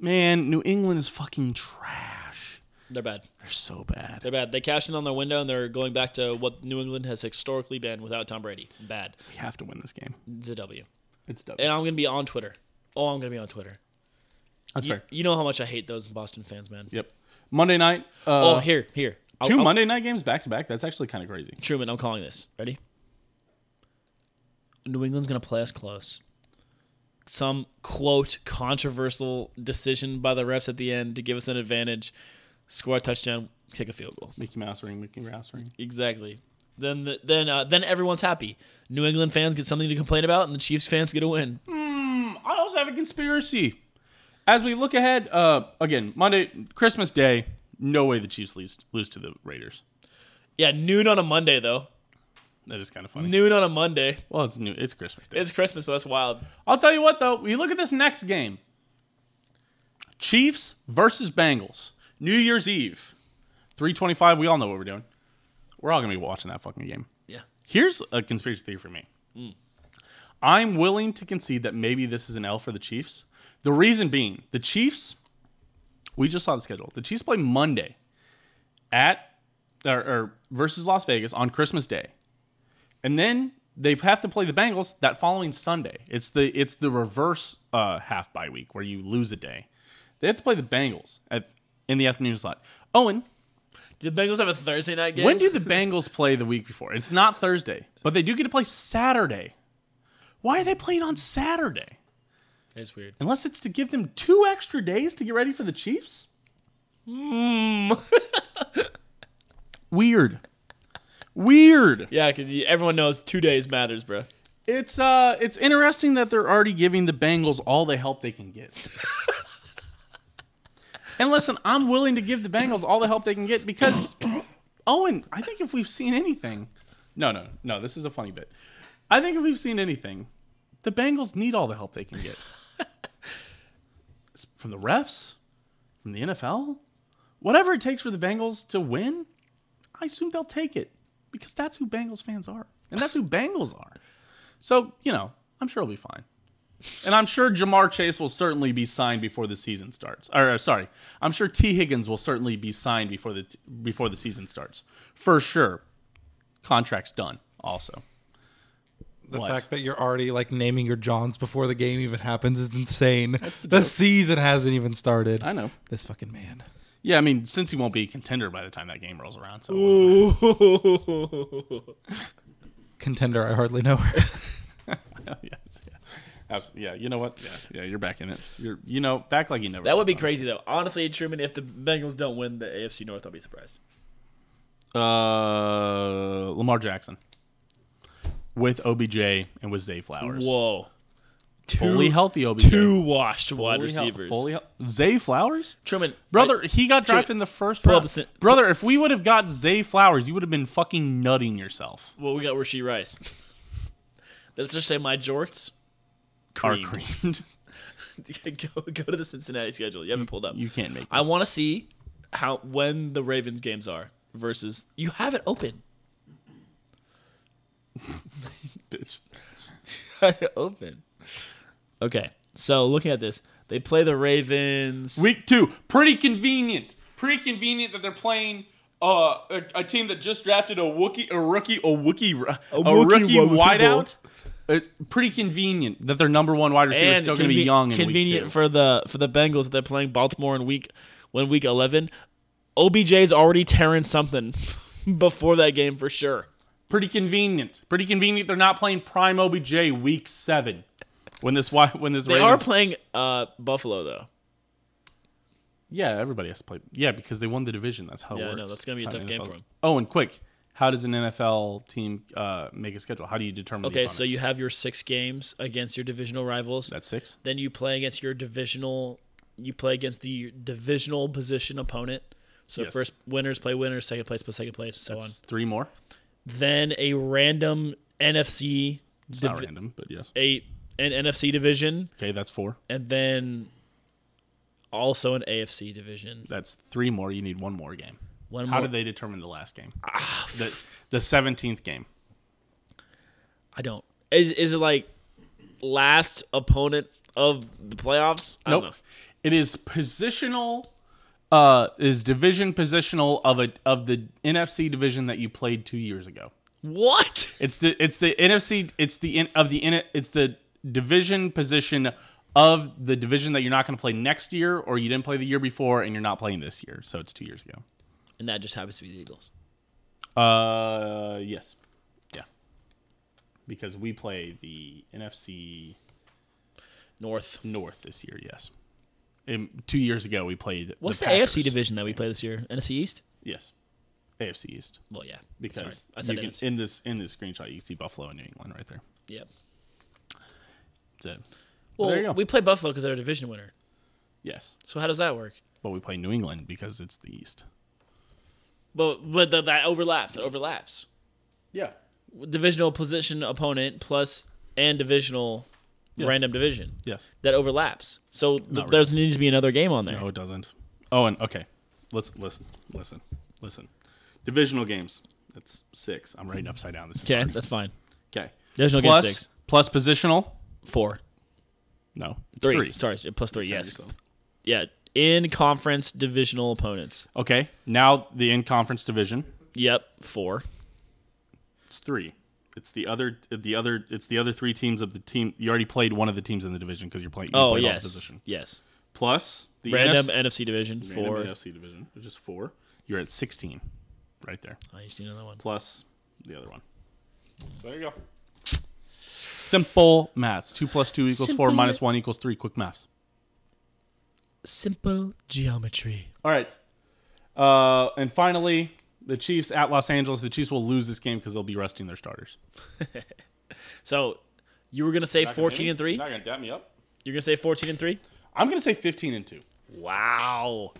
[SPEAKER 1] man, New England is fucking trash.
[SPEAKER 2] They're bad.
[SPEAKER 1] They're so bad.
[SPEAKER 2] They're bad. They cashed in on their window, and they're going back to what New England has historically been without Tom Brady. Bad.
[SPEAKER 1] We have to win this game.
[SPEAKER 2] It's a W.
[SPEAKER 1] It's W.
[SPEAKER 2] And I'm gonna be on Twitter. Oh, I'm gonna be on Twitter.
[SPEAKER 1] That's
[SPEAKER 2] You,
[SPEAKER 1] fair.
[SPEAKER 2] you know how much I hate those Boston fans, man.
[SPEAKER 1] Yep. Monday night.
[SPEAKER 2] Oh,
[SPEAKER 1] Uh,
[SPEAKER 2] here, here. I'll-
[SPEAKER 1] 2
[SPEAKER 2] I'll-
[SPEAKER 1] Monday night games back to back. That's actually kind of crazy.
[SPEAKER 2] Truman, I'm calling this. Ready? New England's going to play us close. Some quote controversial decision by the refs at the end to give us an advantage, score a touchdown, kick a field goal.
[SPEAKER 1] Mickey Mouse ring, Mickey Mouse ring.
[SPEAKER 2] Exactly. Then the, then uh, then everyone's happy. New England fans get something to complain about, and the Chiefs fans get a win.
[SPEAKER 1] I also have a conspiracy. As we look ahead, uh, again, Monday, Christmas Day, no way the Chiefs lose, lose to the Raiders.
[SPEAKER 2] Yeah, noon on a Monday though.
[SPEAKER 1] That is kind of funny.
[SPEAKER 2] Noon on a Monday.
[SPEAKER 1] well, it's new. It's Christmas Day.
[SPEAKER 2] It's Christmas, but that's wild.
[SPEAKER 1] I'll tell you what, though, we look at this next game: Chiefs versus Bengals, New Year's Eve, three twenty-five. We all know what we're doing. We're all gonna be watching that fucking game.
[SPEAKER 2] Yeah.
[SPEAKER 1] Here's a conspiracy theory for me. I'm willing to concede that maybe this is an L for the Chiefs. The reason being, the Chiefs, we just saw the schedule. The Chiefs play Monday at or, or versus Las Vegas on Christmas Day. And then they have to play the Bengals that following Sunday. It's the it's the reverse uh, half bye week where you lose a day. They have to play the Bengals at in the afternoon slot. Owen,
[SPEAKER 2] Do the Bengals have a Thursday night game?
[SPEAKER 1] when do the Bengals play the week before? It's not Thursday, but they do get to play Saturday. Why are they playing on Saturday?
[SPEAKER 2] It's weird.
[SPEAKER 1] Unless it's to give them two extra days to get ready for the Chiefs? Hmm.
[SPEAKER 5] Weird. Weird.
[SPEAKER 2] Yeah, because everyone knows two days matters, bro.
[SPEAKER 1] It's uh,
[SPEAKER 5] It's interesting that they're already giving the Bengals all the help they can get.
[SPEAKER 1] and listen, I'm willing to give the Bengals all the help they can get because Owen. I think if we've seen anything, no, no, no, this is a funny bit. I think if we've seen anything, the Bengals need all the help they can get It's from the refs, from the NFL, whatever it takes for the Bengals to win. I assume they'll take it because that's who Bengals fans are, and that's who Bengals are. So you know, I'm sure it'll be fine. And I'm sure Jamar Chase will certainly be signed before the season starts. Or uh, sorry, I'm sure T Higgins will certainly be signed before the before the season starts. For sure. Contract's done also.
[SPEAKER 6] The
[SPEAKER 1] What?
[SPEAKER 6] fact that you're already like naming your Johns before the game even happens is insane. the season hasn't even started.
[SPEAKER 1] I know.
[SPEAKER 6] This fucking man.
[SPEAKER 1] Yeah, I mean, since he won't be a contender by the time that game rolls around, so it wasn't-
[SPEAKER 6] Contender, I hardly know her.
[SPEAKER 1] yes, yeah. Abs- yeah, you know what? Yeah, yeah, you're back in it. You're you know, back like you never
[SPEAKER 2] That would be
[SPEAKER 1] left,
[SPEAKER 2] crazy though. Honestly, Truman, if the Bengals don't win the AFC North, I'll be surprised.
[SPEAKER 1] honestly. Uh Lamar Jackson. With OBJ and with Zay Flowers.
[SPEAKER 2] Whoa, two,
[SPEAKER 1] Fully healthy OBJ.
[SPEAKER 2] two washed wide
[SPEAKER 1] Fully hel-
[SPEAKER 2] receivers.
[SPEAKER 1] fully hel- Zay Flowers?
[SPEAKER 2] Truman,
[SPEAKER 1] Brother, he got drafted
[SPEAKER 2] Dude,
[SPEAKER 1] in the first
[SPEAKER 2] pull up
[SPEAKER 1] round.
[SPEAKER 2] the sen-
[SPEAKER 1] Brother, if we would have got Zay Flowers, you would have been fucking nutting yourself.
[SPEAKER 2] I- well, we got Rasheed Rice. Let's just say my jorts.
[SPEAKER 1] Are
[SPEAKER 2] Creamed.
[SPEAKER 1] creamed.
[SPEAKER 2] go, go to the Cincinnati schedule. You haven't pulled up.
[SPEAKER 1] You can't make. It.
[SPEAKER 2] I want to see how when the Ravens games are versus you have it open.
[SPEAKER 1] Bitch.
[SPEAKER 2] open. Okay, so looking at this, they play the Ravens.
[SPEAKER 7] Week two, pretty convenient. Pretty convenient that they're playing uh, a, a team that just drafted a Wookie, a rookie, a Wookie, a,
[SPEAKER 2] Wookiee
[SPEAKER 7] rookie
[SPEAKER 2] Wookiee
[SPEAKER 7] wideout.
[SPEAKER 1] It's Uh, pretty convenient that their number one wide receiver is
[SPEAKER 2] and
[SPEAKER 1] still going to
[SPEAKER 2] conve-
[SPEAKER 1] be young. In
[SPEAKER 2] convenient
[SPEAKER 1] week two.
[SPEAKER 2] for the for the Bengals that they're playing Baltimore in week when week eleven. OBJ's already tearing something before that game for sure.
[SPEAKER 1] pretty convenient. Pretty convenient. They're not playing prime OBJ week seven. When this wi- when this
[SPEAKER 2] They
[SPEAKER 1] Ravens,
[SPEAKER 2] are playing uh, Buffalo though.
[SPEAKER 1] yeah everybody has to play yeah because they won the division. That's how it
[SPEAKER 2] Yeah, I
[SPEAKER 1] works.
[SPEAKER 2] know. That's gonna be
[SPEAKER 1] That's
[SPEAKER 2] a
[SPEAKER 1] how
[SPEAKER 2] tough
[SPEAKER 1] the
[SPEAKER 2] game
[SPEAKER 1] NFL
[SPEAKER 2] for 'em.
[SPEAKER 1] Oh, and quick, how does an NFL team uh, make a schedule? How do you determine? the
[SPEAKER 2] Okay, so
[SPEAKER 1] opponents?
[SPEAKER 2] you have your six games against your divisional rivals.
[SPEAKER 1] that's six.
[SPEAKER 2] then you play against your divisional. You play against the divisional position opponent. So
[SPEAKER 1] Yes.
[SPEAKER 2] first winners play winners, second place play second place, so
[SPEAKER 1] That's three more.
[SPEAKER 2] on. Then a random NFC,
[SPEAKER 1] It's not
[SPEAKER 2] divi-
[SPEAKER 1] random, but yes.
[SPEAKER 2] a an NFC division,
[SPEAKER 1] Okay, that's four.
[SPEAKER 2] and then also an AFC division.
[SPEAKER 1] That's three more. You need one more game.
[SPEAKER 2] One
[SPEAKER 1] How
[SPEAKER 2] more.
[SPEAKER 1] did they determine the last game?
[SPEAKER 2] Ah,
[SPEAKER 1] the the seventeenth game.
[SPEAKER 2] I don't. Is, is it like last opponent of the playoffs? I Don't
[SPEAKER 1] Nope.
[SPEAKER 2] know.
[SPEAKER 1] It is positional. Uh, is division positional of a of the NFC division that you played two years ago.
[SPEAKER 2] What?
[SPEAKER 1] It's the it's the NFC. It's the in, of the in, it's the division position of the division that you're not going to play next year, or you didn't play the year before, and you're not playing this year. So it's two years ago.
[SPEAKER 2] And that just happens to be the Eagles.
[SPEAKER 1] Uh, yes, yeah, because we play the NFC
[SPEAKER 2] North.
[SPEAKER 1] North this year. Yes, Um, two years ago we played.
[SPEAKER 2] What's the,
[SPEAKER 1] Packers.
[SPEAKER 2] AFC division that we play this year? NFC East.
[SPEAKER 1] Yes, AFC East.
[SPEAKER 2] Well, yeah.
[SPEAKER 1] Because
[SPEAKER 2] Sorry, I said
[SPEAKER 1] you can,
[SPEAKER 2] NFC.
[SPEAKER 1] in this in this screenshot, you can see Buffalo and New England right there.
[SPEAKER 2] yeah.
[SPEAKER 1] So,
[SPEAKER 2] Well,
[SPEAKER 1] there you go.
[SPEAKER 2] we play Buffalo because they're a division winner.
[SPEAKER 1] yes,
[SPEAKER 2] So how does that work?
[SPEAKER 1] but we play New England because it's the East.
[SPEAKER 2] But but th- that overlaps. That overlaps.
[SPEAKER 7] Yeah.
[SPEAKER 2] Divisional position opponent plus and divisional random division
[SPEAKER 1] Yes.
[SPEAKER 2] that overlaps. So th- there needs to be another game on there.
[SPEAKER 1] No, it doesn't. Oh, and okay. Let's listen, listen, listen. Divisional games. That's six. I'm writing upside down. This is
[SPEAKER 2] Okay,
[SPEAKER 1] hard.
[SPEAKER 2] that's fine.
[SPEAKER 1] okay.
[SPEAKER 2] Divisional game
[SPEAKER 1] Plus-
[SPEAKER 2] six.
[SPEAKER 1] plus positional.
[SPEAKER 2] Four.
[SPEAKER 1] No, it's
[SPEAKER 2] Three. Sorry, s- plus three. Yes. Yeah. In conference divisional opponents.
[SPEAKER 1] Okay. Now the in conference division.
[SPEAKER 2] Yep. Four.
[SPEAKER 1] It's three. It's the other. The other. It's the other three teams of the team. You already played one of the teams in the division because you're playing. You
[SPEAKER 2] Oh
[SPEAKER 1] played all the
[SPEAKER 2] yes.
[SPEAKER 1] Position.
[SPEAKER 2] Yes.
[SPEAKER 1] Plus the
[SPEAKER 2] Random
[SPEAKER 1] NFC,
[SPEAKER 2] NFC, division.
[SPEAKER 1] random
[SPEAKER 2] Four.
[SPEAKER 1] NFC division, which is four. You're at sixteen, right there.
[SPEAKER 2] I just need another one.
[SPEAKER 1] Plus the other one.
[SPEAKER 7] So there you go.
[SPEAKER 1] Simple maths. Two plus two equals four.
[SPEAKER 2] Simple
[SPEAKER 1] Minus one equals three. Quick maths.
[SPEAKER 2] Simple geometry.
[SPEAKER 1] All right. Uh, and finally, the Chiefs at Los Angeles. The Chiefs will lose this game because they'll be resting their starters.
[SPEAKER 2] So you were gonna say fourteen and three.
[SPEAKER 6] You're not gonna dap me up.
[SPEAKER 2] You're gonna say fourteen and three.
[SPEAKER 1] I'm gonna say 15 and two.
[SPEAKER 2] Wow.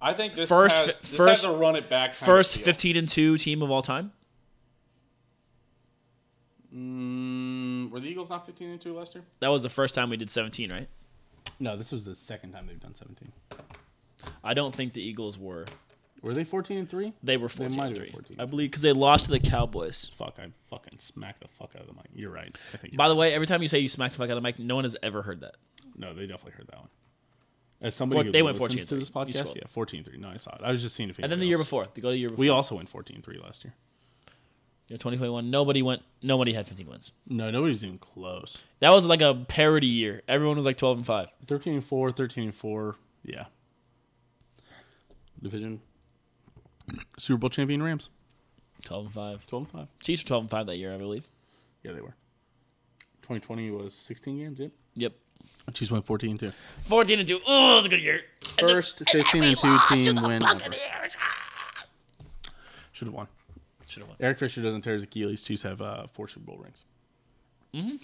[SPEAKER 6] I think this
[SPEAKER 2] First
[SPEAKER 6] has,
[SPEAKER 2] fi-
[SPEAKER 6] this
[SPEAKER 2] first-
[SPEAKER 6] has a run it back. kind of
[SPEAKER 2] First
[SPEAKER 6] deal.
[SPEAKER 2] fifteen and two team of all time.
[SPEAKER 6] Mm, Were the Eagles not 15 and two last year?
[SPEAKER 2] That was the first time we did seventeen, right?
[SPEAKER 1] No, this was the second time they've done 17.
[SPEAKER 2] I don't think the Eagles were.
[SPEAKER 1] Were they 14 and three?
[SPEAKER 2] They were
[SPEAKER 1] might
[SPEAKER 2] fourteen and
[SPEAKER 1] have been
[SPEAKER 2] three.
[SPEAKER 1] 14.
[SPEAKER 2] I believe because they lost to the Cowboys.
[SPEAKER 1] Fuck! I fucking smacked the fuck out of the mic. You're right. I think.
[SPEAKER 2] By the way, every time you say you smacked the fuck out of the mic, no one has ever heard that.
[SPEAKER 1] No, they definitely heard that one. As somebody
[SPEAKER 2] Four-
[SPEAKER 1] who
[SPEAKER 2] they went
[SPEAKER 1] listens
[SPEAKER 2] 14-3.
[SPEAKER 1] to this
[SPEAKER 2] You
[SPEAKER 1] podcast,
[SPEAKER 2] scrolled.
[SPEAKER 1] yeah, 14-3. No, I saw it. I was just seeing if.
[SPEAKER 2] And then the year before, they go to the year before.
[SPEAKER 1] we also went 14-3 last year.
[SPEAKER 2] You know, 2021, nobody went. Nobody had 15 wins.
[SPEAKER 1] No, nobody was even close.
[SPEAKER 2] That was like a parody year. Everyone was like 12 and five.
[SPEAKER 1] 13 and 4, 13 and 4. Yeah. Division Super Bowl champion Rams,
[SPEAKER 2] 12 and five.
[SPEAKER 1] 12 and 5.
[SPEAKER 2] Chiefs were 12 and five that year, I believe.
[SPEAKER 1] Yeah, they were. 2020 was 16 games, yep.
[SPEAKER 2] Yep.
[SPEAKER 1] Chiefs went 14 2.
[SPEAKER 2] 14 and two. Oh, it was a good year.
[SPEAKER 1] First 15 and 2 team win. Should have won.
[SPEAKER 2] Should have won.
[SPEAKER 1] Eric Fisher doesn't tear his Achilles. Chiefs have uh, four Super Bowl rings. Mm-hmm.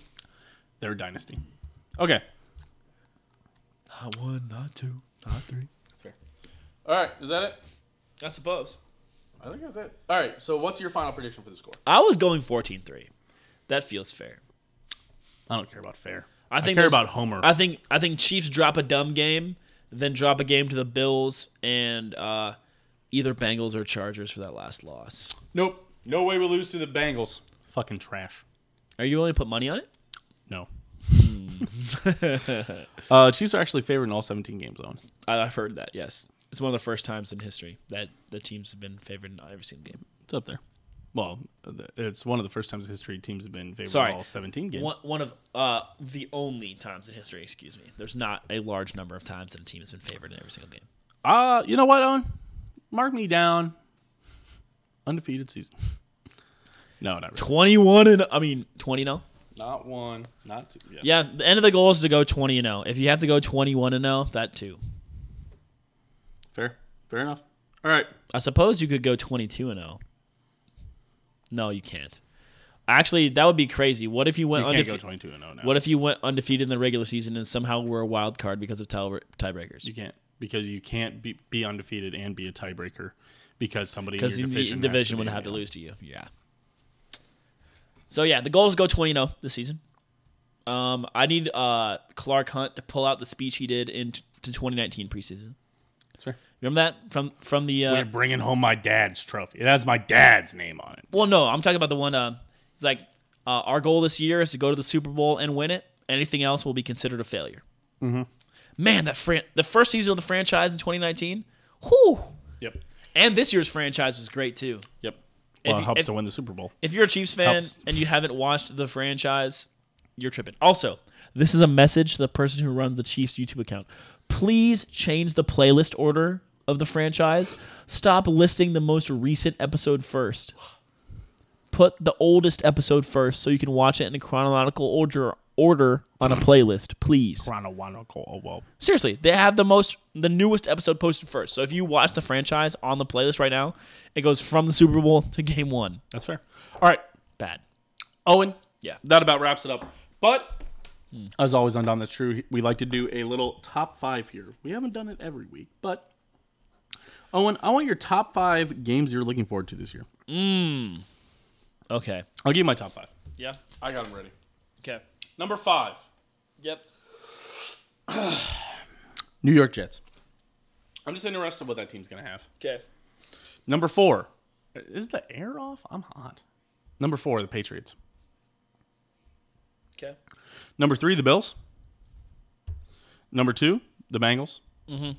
[SPEAKER 1] They're a dynasty. Okay.
[SPEAKER 2] Not one, not two, not three.
[SPEAKER 6] All right, is that it?
[SPEAKER 2] I suppose.
[SPEAKER 6] I think that's it. All right, so what's your final prediction for the score?
[SPEAKER 2] I was going 14 3. That feels fair.
[SPEAKER 1] I don't care about fair.
[SPEAKER 2] I think
[SPEAKER 1] care
[SPEAKER 2] there's-
[SPEAKER 1] about Homer.
[SPEAKER 2] I think I think Chiefs drop a dumb game, then drop a game to the Bills and uh, either Bengals or Chargers for that last loss.
[SPEAKER 6] Nope. No way we lose to the Bengals.
[SPEAKER 1] Fucking trash.
[SPEAKER 2] Are you willing to put money on it?
[SPEAKER 1] No.
[SPEAKER 6] Hmm.
[SPEAKER 1] uh, Chiefs are actually favored in all 17 games, though.
[SPEAKER 2] I- I've heard that. Yes, it's one of the first times in history that the teams have been favored in every single game.
[SPEAKER 1] It's up there. Well, the- it's one of the first times in history teams have been favored
[SPEAKER 2] Sorry.
[SPEAKER 1] in all 17 games.
[SPEAKER 2] One, one of uh, the only times in history. Excuse me. There's not a large number of times that a team has been favored in every single game.
[SPEAKER 1] Uh, you know what, Owen? Mark me down. Undefeated season. No, not really.
[SPEAKER 2] Twenty-one and I mean twenty no.
[SPEAKER 6] Not one, not two. Yeah.
[SPEAKER 2] Yeah, the end of the goal is to go twenty and zero. If you have to go twenty-one and zero, that too.
[SPEAKER 6] Fair. Fair enough. All right.
[SPEAKER 2] I suppose you could go 22 and 0. No, you can't. Actually, that would be crazy. What if you went
[SPEAKER 1] You can't go
[SPEAKER 2] undefeated?
[SPEAKER 1] 22 and oh. 0 now.
[SPEAKER 2] What if you went undefeated in the regular season and somehow were a wild card because of tie- tiebreakers?
[SPEAKER 1] You can't because you can't be, be undefeated and be a tiebreaker because somebody in
[SPEAKER 2] Because the
[SPEAKER 1] your division,
[SPEAKER 2] division,
[SPEAKER 1] has
[SPEAKER 2] would
[SPEAKER 1] be-
[SPEAKER 2] have to lose to you. Yeah. So yeah, the goal is to go 20 0 this season. Um, I need uh, Clark Hunt to pull out the speech he did in t- to 2019 preseason.
[SPEAKER 1] fair.
[SPEAKER 2] Remember that from from the uh,
[SPEAKER 1] We're bringing home my dad's trophy. It has my dad's name on it.
[SPEAKER 2] Well, no, I'm talking about the one. Uh, it's like uh, our goal this year is to go to the Super Bowl and win it. Anything else will be considered a failure. Mm-hmm. Man, that fran- the first season of the franchise in 2019. Whew.
[SPEAKER 1] Yep.
[SPEAKER 2] And this year's franchise was great too.
[SPEAKER 1] Yep. Well,
[SPEAKER 2] If
[SPEAKER 1] it
[SPEAKER 2] you-
[SPEAKER 1] helps
[SPEAKER 2] if-
[SPEAKER 1] to win the Super Bowl.
[SPEAKER 2] If you're a Chiefs fan
[SPEAKER 1] Helps.
[SPEAKER 2] and you haven't watched the franchise, you're tripping. Also, this is a message to the person who runs the Chiefs YouTube account. Please change the playlist order of the franchise. Stop listing the most recent episode first. Put the oldest episode first so you can watch it in a chronological order order on a playlist, please.
[SPEAKER 1] Chronological. Oh, well.
[SPEAKER 2] Seriously, they have the most the newest episode posted first. So if you watch the franchise on the playlist right now, it goes from the Super Bowl to game 1.
[SPEAKER 1] That's fair. All right.
[SPEAKER 2] Bad.
[SPEAKER 1] Owen.
[SPEAKER 2] Yeah.
[SPEAKER 1] That about wraps it up. But Hmm. as always on Dom, that's true. We like to do a little top five here. We haven't done it every week, but Owen, I want your top five games you're looking forward to this year.
[SPEAKER 2] Okay.
[SPEAKER 1] I'll give you my top five.
[SPEAKER 2] Yeah.
[SPEAKER 6] I got them ready.
[SPEAKER 2] Okay.
[SPEAKER 6] Number five.
[SPEAKER 2] Yep.
[SPEAKER 1] New York Jets.
[SPEAKER 6] I'm just interested what that team's going to have.
[SPEAKER 2] Okay.
[SPEAKER 1] Number four. Is the air off? I'm hot. Number four, the Patriots.
[SPEAKER 2] Okay.
[SPEAKER 1] Number three, the Bills. Number two, the Bengals. Mm-hmm.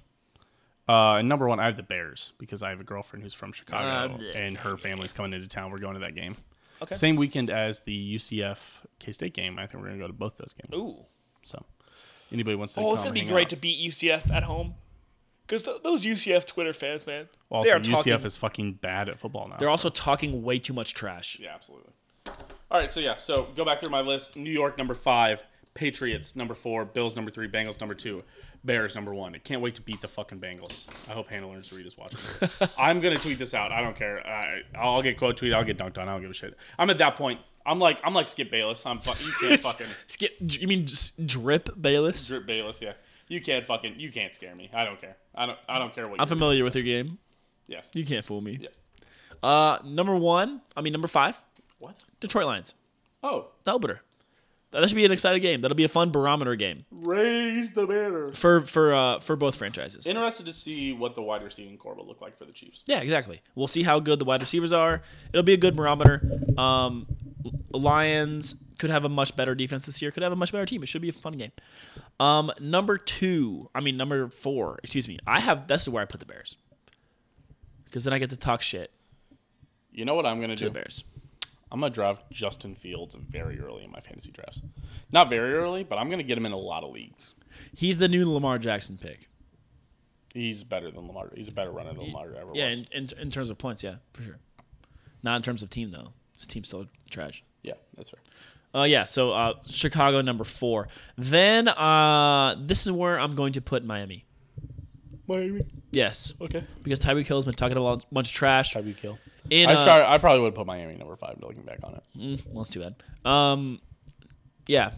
[SPEAKER 1] Uh, and number one, I have the Bears because I have a girlfriend who's from Chicago
[SPEAKER 2] Uh, bleh.
[SPEAKER 1] and her family's coming into town. We're going to that game.
[SPEAKER 2] Okay.
[SPEAKER 1] Same weekend as the UCF K State game. I think we're going to go to both those games.
[SPEAKER 2] Ooh.
[SPEAKER 1] So, anybody wants to?
[SPEAKER 2] Oh, it's
[SPEAKER 1] come
[SPEAKER 2] gonna be
[SPEAKER 1] hang
[SPEAKER 2] great
[SPEAKER 1] out.
[SPEAKER 2] to beat UCF at home. Because th- those UCF Twitter fans, man,
[SPEAKER 1] Also,
[SPEAKER 2] they are
[SPEAKER 1] UCF
[SPEAKER 2] talking.
[SPEAKER 1] is fucking bad at football now.
[SPEAKER 2] they're also talking way too much trash.
[SPEAKER 6] Yeah, absolutely. All right, so yeah, so go back through my list. New York, number five.
[SPEAKER 1] Patriots number four, Bills number three, Bengals number two, Bears number one. I can't wait to beat the fucking Bengals. I hope Hannah learns to read is watching. I'm gonna tweet this out. I don't care. I, I'll get quote tweet. I'll get dunked on. I don't give a shit. I'm at that point. I'm like I'm like Skip Bayless. I'm fu- you can't fucking
[SPEAKER 2] Skip, you mean just drip Bayless?
[SPEAKER 1] Drip Bayless. Yeah, you can't fucking you can't scare me. I don't care. I don't I don't care what.
[SPEAKER 2] I'm
[SPEAKER 1] you're-
[SPEAKER 2] familiar with your game.
[SPEAKER 1] Yes.
[SPEAKER 2] You can't fool me. Uh, number one, I mean number five.
[SPEAKER 1] What?
[SPEAKER 2] Detroit Lions.
[SPEAKER 1] Oh,
[SPEAKER 2] The opener. That should be an exciting game. That'll be a fun barometer game
[SPEAKER 1] raise the banner.
[SPEAKER 2] for for uh, for both franchises.
[SPEAKER 1] Interested to see what the wide receiving core will look like for the Chiefs.
[SPEAKER 2] Yeah, exactly. We'll see how good the wide receivers are. It'll be a good barometer. Um, Lions could have a much better defense this year. Could have a much better team. It should be a fun game. Um, number two, I mean number four. Excuse me. I have. This is where I put the Bears because then I get to talk shit
[SPEAKER 1] You know what I'm gonna
[SPEAKER 2] to
[SPEAKER 1] do?
[SPEAKER 2] the Bears.
[SPEAKER 1] I'm gonna draft Justin Fields very early in my fantasy drafts. Not very early, but I'm gonna get him in a lot of leagues.
[SPEAKER 2] He's the new Lamar Jackson pick.
[SPEAKER 1] He's better than Lamar. He's a better runner than Lamar ever
[SPEAKER 2] Yeah,
[SPEAKER 1] was.
[SPEAKER 2] in, in, in terms of points, yeah, for sure. Not in terms of team though. His team's still trash.
[SPEAKER 1] yeah, that's fair.
[SPEAKER 2] Uh, yeah, so uh, Chicago number four. Then uh, this is where I'm going to put Miami.
[SPEAKER 1] Miami.
[SPEAKER 2] Yes,
[SPEAKER 1] Okay.
[SPEAKER 2] because Tyreek Hill's been talking a lot, bunch of trash.
[SPEAKER 1] Tyreek Hill.
[SPEAKER 2] In,
[SPEAKER 1] I
[SPEAKER 2] uh,
[SPEAKER 1] sorry, I probably would put Miami number five looking back on it.
[SPEAKER 2] mm, well, that's too bad. Um, yeah,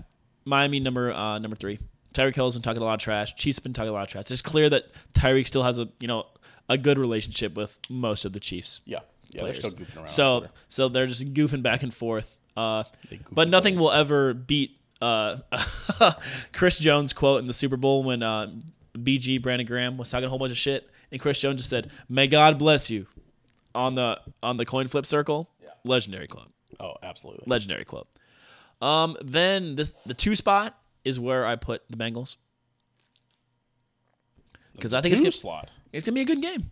[SPEAKER 2] Miami number uh, number three. Tyreek Hill's been talking a lot of trash. Chiefs been talking a lot of trash. It's clear that Tyreek still has a you know a good relationship with most of the Chiefs.
[SPEAKER 1] Yeah. Yeah,
[SPEAKER 2] players.
[SPEAKER 1] they're still goofing around. on
[SPEAKER 2] So
[SPEAKER 1] Twitter.
[SPEAKER 2] so they're just goofing back and forth. Uh,
[SPEAKER 1] goofy
[SPEAKER 2] but nothing will ever beat uh, Chris Jones' quote in the Super Bowl when uh, BG Brandon Graham was talking a whole bunch of shit, and Chris Jones just said, "May God bless you," on the on the coin flip circle. Legendary quote.
[SPEAKER 1] Oh, absolutely.
[SPEAKER 2] Legendary quote. Um, then this the two spot is where I put the Bengals because I think it's
[SPEAKER 1] two
[SPEAKER 2] gonna,
[SPEAKER 1] slot.
[SPEAKER 2] it's gonna be a good game.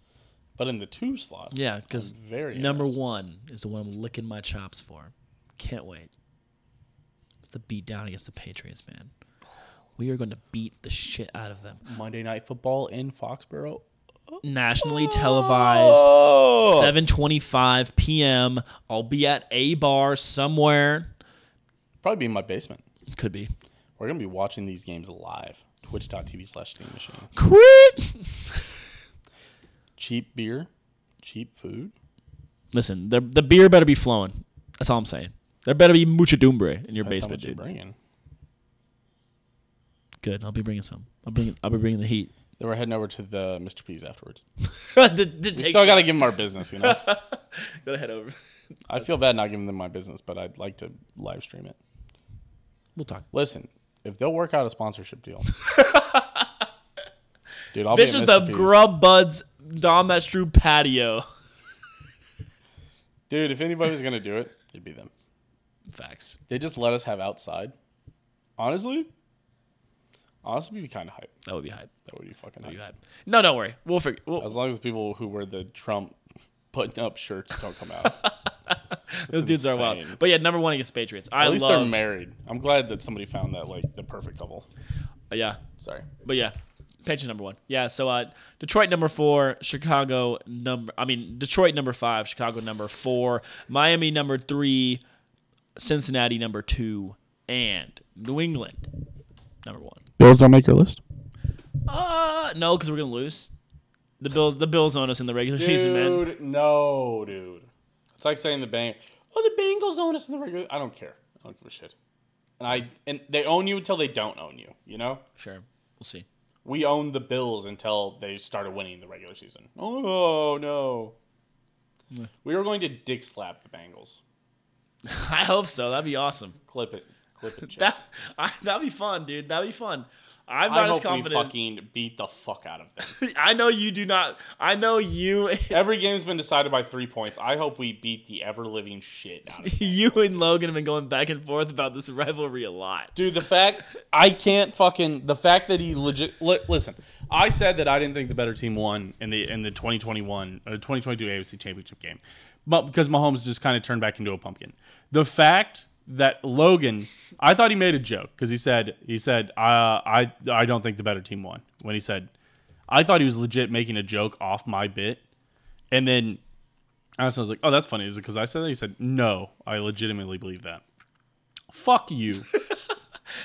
[SPEAKER 1] But in the two slot.
[SPEAKER 2] Yeah, because
[SPEAKER 1] very
[SPEAKER 2] number one is the one I'm licking my chops for. Can't wait. It's the beat down against the Patriots, man. We are going to beat the shit out of them.
[SPEAKER 1] Monday night football in Foxborough.
[SPEAKER 2] Nationally televised,
[SPEAKER 1] Oh.
[SPEAKER 2] 7:25 p.m. I'll be at a bar somewhere.
[SPEAKER 1] Probably be in my basement.
[SPEAKER 2] Could be.
[SPEAKER 1] We're gonna be watching these games live. Twitch.tv slash steam machine.
[SPEAKER 2] Quit.
[SPEAKER 1] Cheap beer, cheap food.
[SPEAKER 2] Listen, the the beer better be flowing. That's all I'm saying. There better be muchadumbre in your
[SPEAKER 1] That's how
[SPEAKER 2] basement,
[SPEAKER 1] much you're
[SPEAKER 2] dude.
[SPEAKER 1] bringing.
[SPEAKER 2] Good. I'll be bringing some. I'll bring. I'll be bringing the heat.
[SPEAKER 1] Then we're heading over to the Mr. P's afterwards.
[SPEAKER 2] Did- did
[SPEAKER 1] We
[SPEAKER 2] take-
[SPEAKER 1] still got to give him our business, you know.
[SPEAKER 2] Gotta head over.
[SPEAKER 1] I feel bad not giving them my business, but I'd like to live stream it.
[SPEAKER 2] We'll talk.
[SPEAKER 1] Listen, if they'll work out a sponsorship deal, dude, I'll
[SPEAKER 2] This
[SPEAKER 1] be
[SPEAKER 2] is
[SPEAKER 1] at
[SPEAKER 2] the
[SPEAKER 1] Mr. P's.
[SPEAKER 2] Grub Buds Dom That's True patio.
[SPEAKER 1] Dude, if anybody was gonna do it, it'd be them.
[SPEAKER 2] Facts.
[SPEAKER 1] They just let us have outside. Honestly, honestly, be kind of hype.
[SPEAKER 2] That would be hype.
[SPEAKER 1] That would be fucking
[SPEAKER 2] That would be
[SPEAKER 1] hype.
[SPEAKER 2] hype. No, don't worry. We'll figure. We'll,
[SPEAKER 1] As long as the people who wear the Trump button up shirts don't come out.
[SPEAKER 2] those dudes are wild.
[SPEAKER 1] insane.
[SPEAKER 2] But yeah, number one against Patriots. I
[SPEAKER 1] At least they're
[SPEAKER 2] love.
[SPEAKER 1] married. I'm glad that somebody found that like the perfect couple.
[SPEAKER 2] yeah,
[SPEAKER 1] Sorry.
[SPEAKER 2] but yeah, Patriots number one. Yeah. So uh, Detroit number four, Chicago number. I mean Detroit number five, Chicago number four, Miami number three, Cincinnati number two, and New England number one.
[SPEAKER 1] Bills don't make your list.
[SPEAKER 2] Uh no, because we're gonna lose. The Bills. The Bills own us in the regular season, man.
[SPEAKER 1] Dude, no, dude. It's like saying the bang. Oh, the Bengals own us in the regular. I don't care. I don't give a shit. And I and they own you until they don't own you. You know,
[SPEAKER 2] Sure. We'll see.
[SPEAKER 1] we owned the Bills until they started winning the regular season. Oh no. We were going to dick slap the Bengals.
[SPEAKER 2] I hope so. That'd be awesome.
[SPEAKER 1] Clip it. Clip it. Chip.
[SPEAKER 2] That I, that'd be fun, dude. That'd be fun. I'm
[SPEAKER 1] I
[SPEAKER 2] not as
[SPEAKER 1] hope we
[SPEAKER 2] confident.
[SPEAKER 1] fucking beat the fuck out of them.
[SPEAKER 2] I know you do not. I know you.
[SPEAKER 1] Every game's been decided by three points. I hope we beat the ever living shit out of them.
[SPEAKER 2] You and Logan have been going back and forth about this rivalry a lot.
[SPEAKER 1] Dude, the fact I can't fucking the fact that he legit li- listen. I said that I didn't think the better team won in the in the uh, 2021 or 2022 AFC Championship game, but because Mahomes just kind of turned back into a pumpkin. The fact that Logan, I thought he made a joke because he said he said uh, I I don't think the better team won when he said I thought he was legit making a joke off my bit, and then I was like, oh that's funny. Is it because I said that? He said no, I legitimately believe that. Fuck you.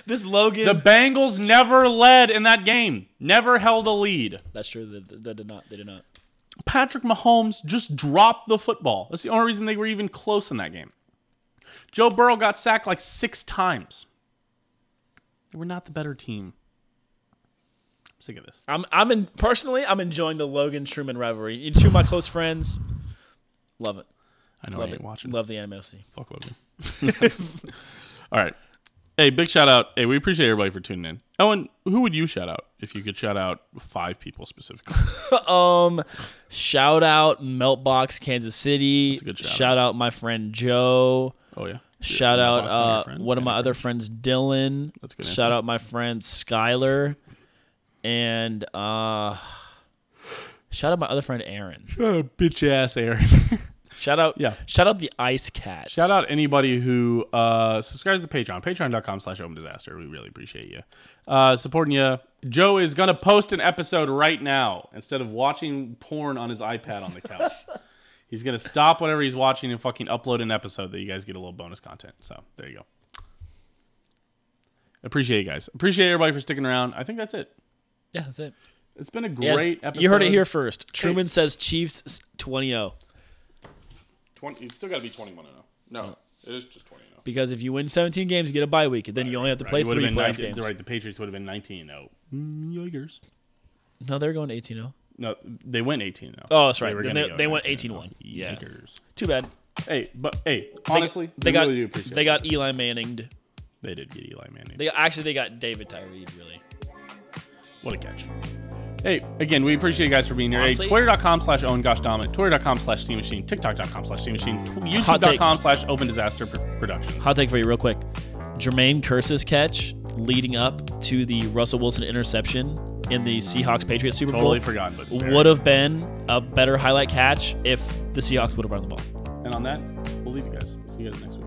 [SPEAKER 2] This Logan.
[SPEAKER 4] The Bengals never led in that game. Never held a lead.
[SPEAKER 2] That's true. They, they did not. They did not.
[SPEAKER 4] Patrick Mahomes just dropped the football. That's the only reason they were even close in that game. Joe Burrow got sacked like six times. They were not the better team. I'm sick of this.
[SPEAKER 2] I'm I'm in personally. I'm enjoying the Logan Truman rivalry. You two, of my close friends, love it.
[SPEAKER 4] I know
[SPEAKER 2] Love
[SPEAKER 4] I ain't
[SPEAKER 2] it.
[SPEAKER 4] watching.
[SPEAKER 2] Love the animosity.
[SPEAKER 4] Fuck Logan.
[SPEAKER 1] All right. Hey, big shout out. Hey, we appreciate everybody for tuning in. Owen, who would you shout out if you could shout out five people specifically?
[SPEAKER 2] Um, shout out Meltbox Kansas City.
[SPEAKER 1] a good shout
[SPEAKER 2] out my friend Joe.
[SPEAKER 1] Oh yeah.
[SPEAKER 2] Shout
[SPEAKER 1] Your
[SPEAKER 2] out
[SPEAKER 1] boss, not your
[SPEAKER 2] uh,
[SPEAKER 1] friend.
[SPEAKER 2] one of my other friends, Dylan.
[SPEAKER 1] That's a good
[SPEAKER 2] Shout
[SPEAKER 1] answer.
[SPEAKER 2] out my friend Skylar, and uh, shout out my other friend Aaron.
[SPEAKER 4] bitch ass Aaron.
[SPEAKER 2] Shout out
[SPEAKER 1] Yeah.
[SPEAKER 2] Shout out the Ice Cats.
[SPEAKER 1] Shout out anybody who uh, subscribes to Patreon, patreon.com slash open disaster. We really appreciate you. Uh, supporting you. Joe is going to post an episode right now instead of watching porn on his iPad on the couch. he's going to stop whatever he's watching and fucking upload an episode that you guys get a little bonus content. So there you go. Appreciate you guys. Appreciate everybody for sticking around. I think that's it.
[SPEAKER 2] Yeah, that's it.
[SPEAKER 1] It's been a
[SPEAKER 2] Yeah,
[SPEAKER 1] great episode.
[SPEAKER 2] You heard it here first. Truman says Chiefs oh. 20 0.
[SPEAKER 3] 20, it's still got to be 21
[SPEAKER 1] oh.
[SPEAKER 3] and 0. No,
[SPEAKER 2] Oh.
[SPEAKER 3] it is just 20 and 0.
[SPEAKER 2] Because if you win 17 games, you get a bye week, and then you only have to play
[SPEAKER 1] It would
[SPEAKER 2] three
[SPEAKER 1] have been
[SPEAKER 2] playoff
[SPEAKER 1] 19,
[SPEAKER 2] games.
[SPEAKER 1] right, the Patriots would have been 19 0. Mm, Yikers.
[SPEAKER 2] No, they're going oh. 18 0.
[SPEAKER 1] No, they went 18 0.
[SPEAKER 2] Oh, that's right.
[SPEAKER 1] were
[SPEAKER 2] Then
[SPEAKER 1] gonna
[SPEAKER 2] they-
[SPEAKER 1] go
[SPEAKER 2] they went
[SPEAKER 1] 19-0.
[SPEAKER 2] 18-1. Yeah.
[SPEAKER 1] Yikers.
[SPEAKER 2] Too bad.
[SPEAKER 1] Hey, but hey,
[SPEAKER 2] They-
[SPEAKER 1] honestly,
[SPEAKER 2] they
[SPEAKER 1] we
[SPEAKER 2] got
[SPEAKER 1] really do appreciate
[SPEAKER 2] they
[SPEAKER 1] it.
[SPEAKER 2] got Eli Manninged.
[SPEAKER 1] They did get Eli Manning.
[SPEAKER 2] They actually they got David Tyree. Really,
[SPEAKER 1] what a catch. Hey, again, we appreciate you guys for being here.
[SPEAKER 2] Honestly-
[SPEAKER 1] hey, twitter.com slash Owen Gosh Dominant, twitter.com slash Steam Machine, tiktok.com slash Steam Machine, tw-
[SPEAKER 2] Hot take.
[SPEAKER 1] youtube.com slash Open Disaster Pro- Productions.
[SPEAKER 2] hot take for you, real quick. Jermaine Curse's catch leading up to the Russell Wilson interception in the Seahawks Patriots Super
[SPEAKER 1] Totally
[SPEAKER 2] Bowl
[SPEAKER 1] forgotten, but there.
[SPEAKER 2] would have been a better highlight catch if the Seahawks would have run the ball.
[SPEAKER 1] And on that, we'll leave you guys. See you guys next week.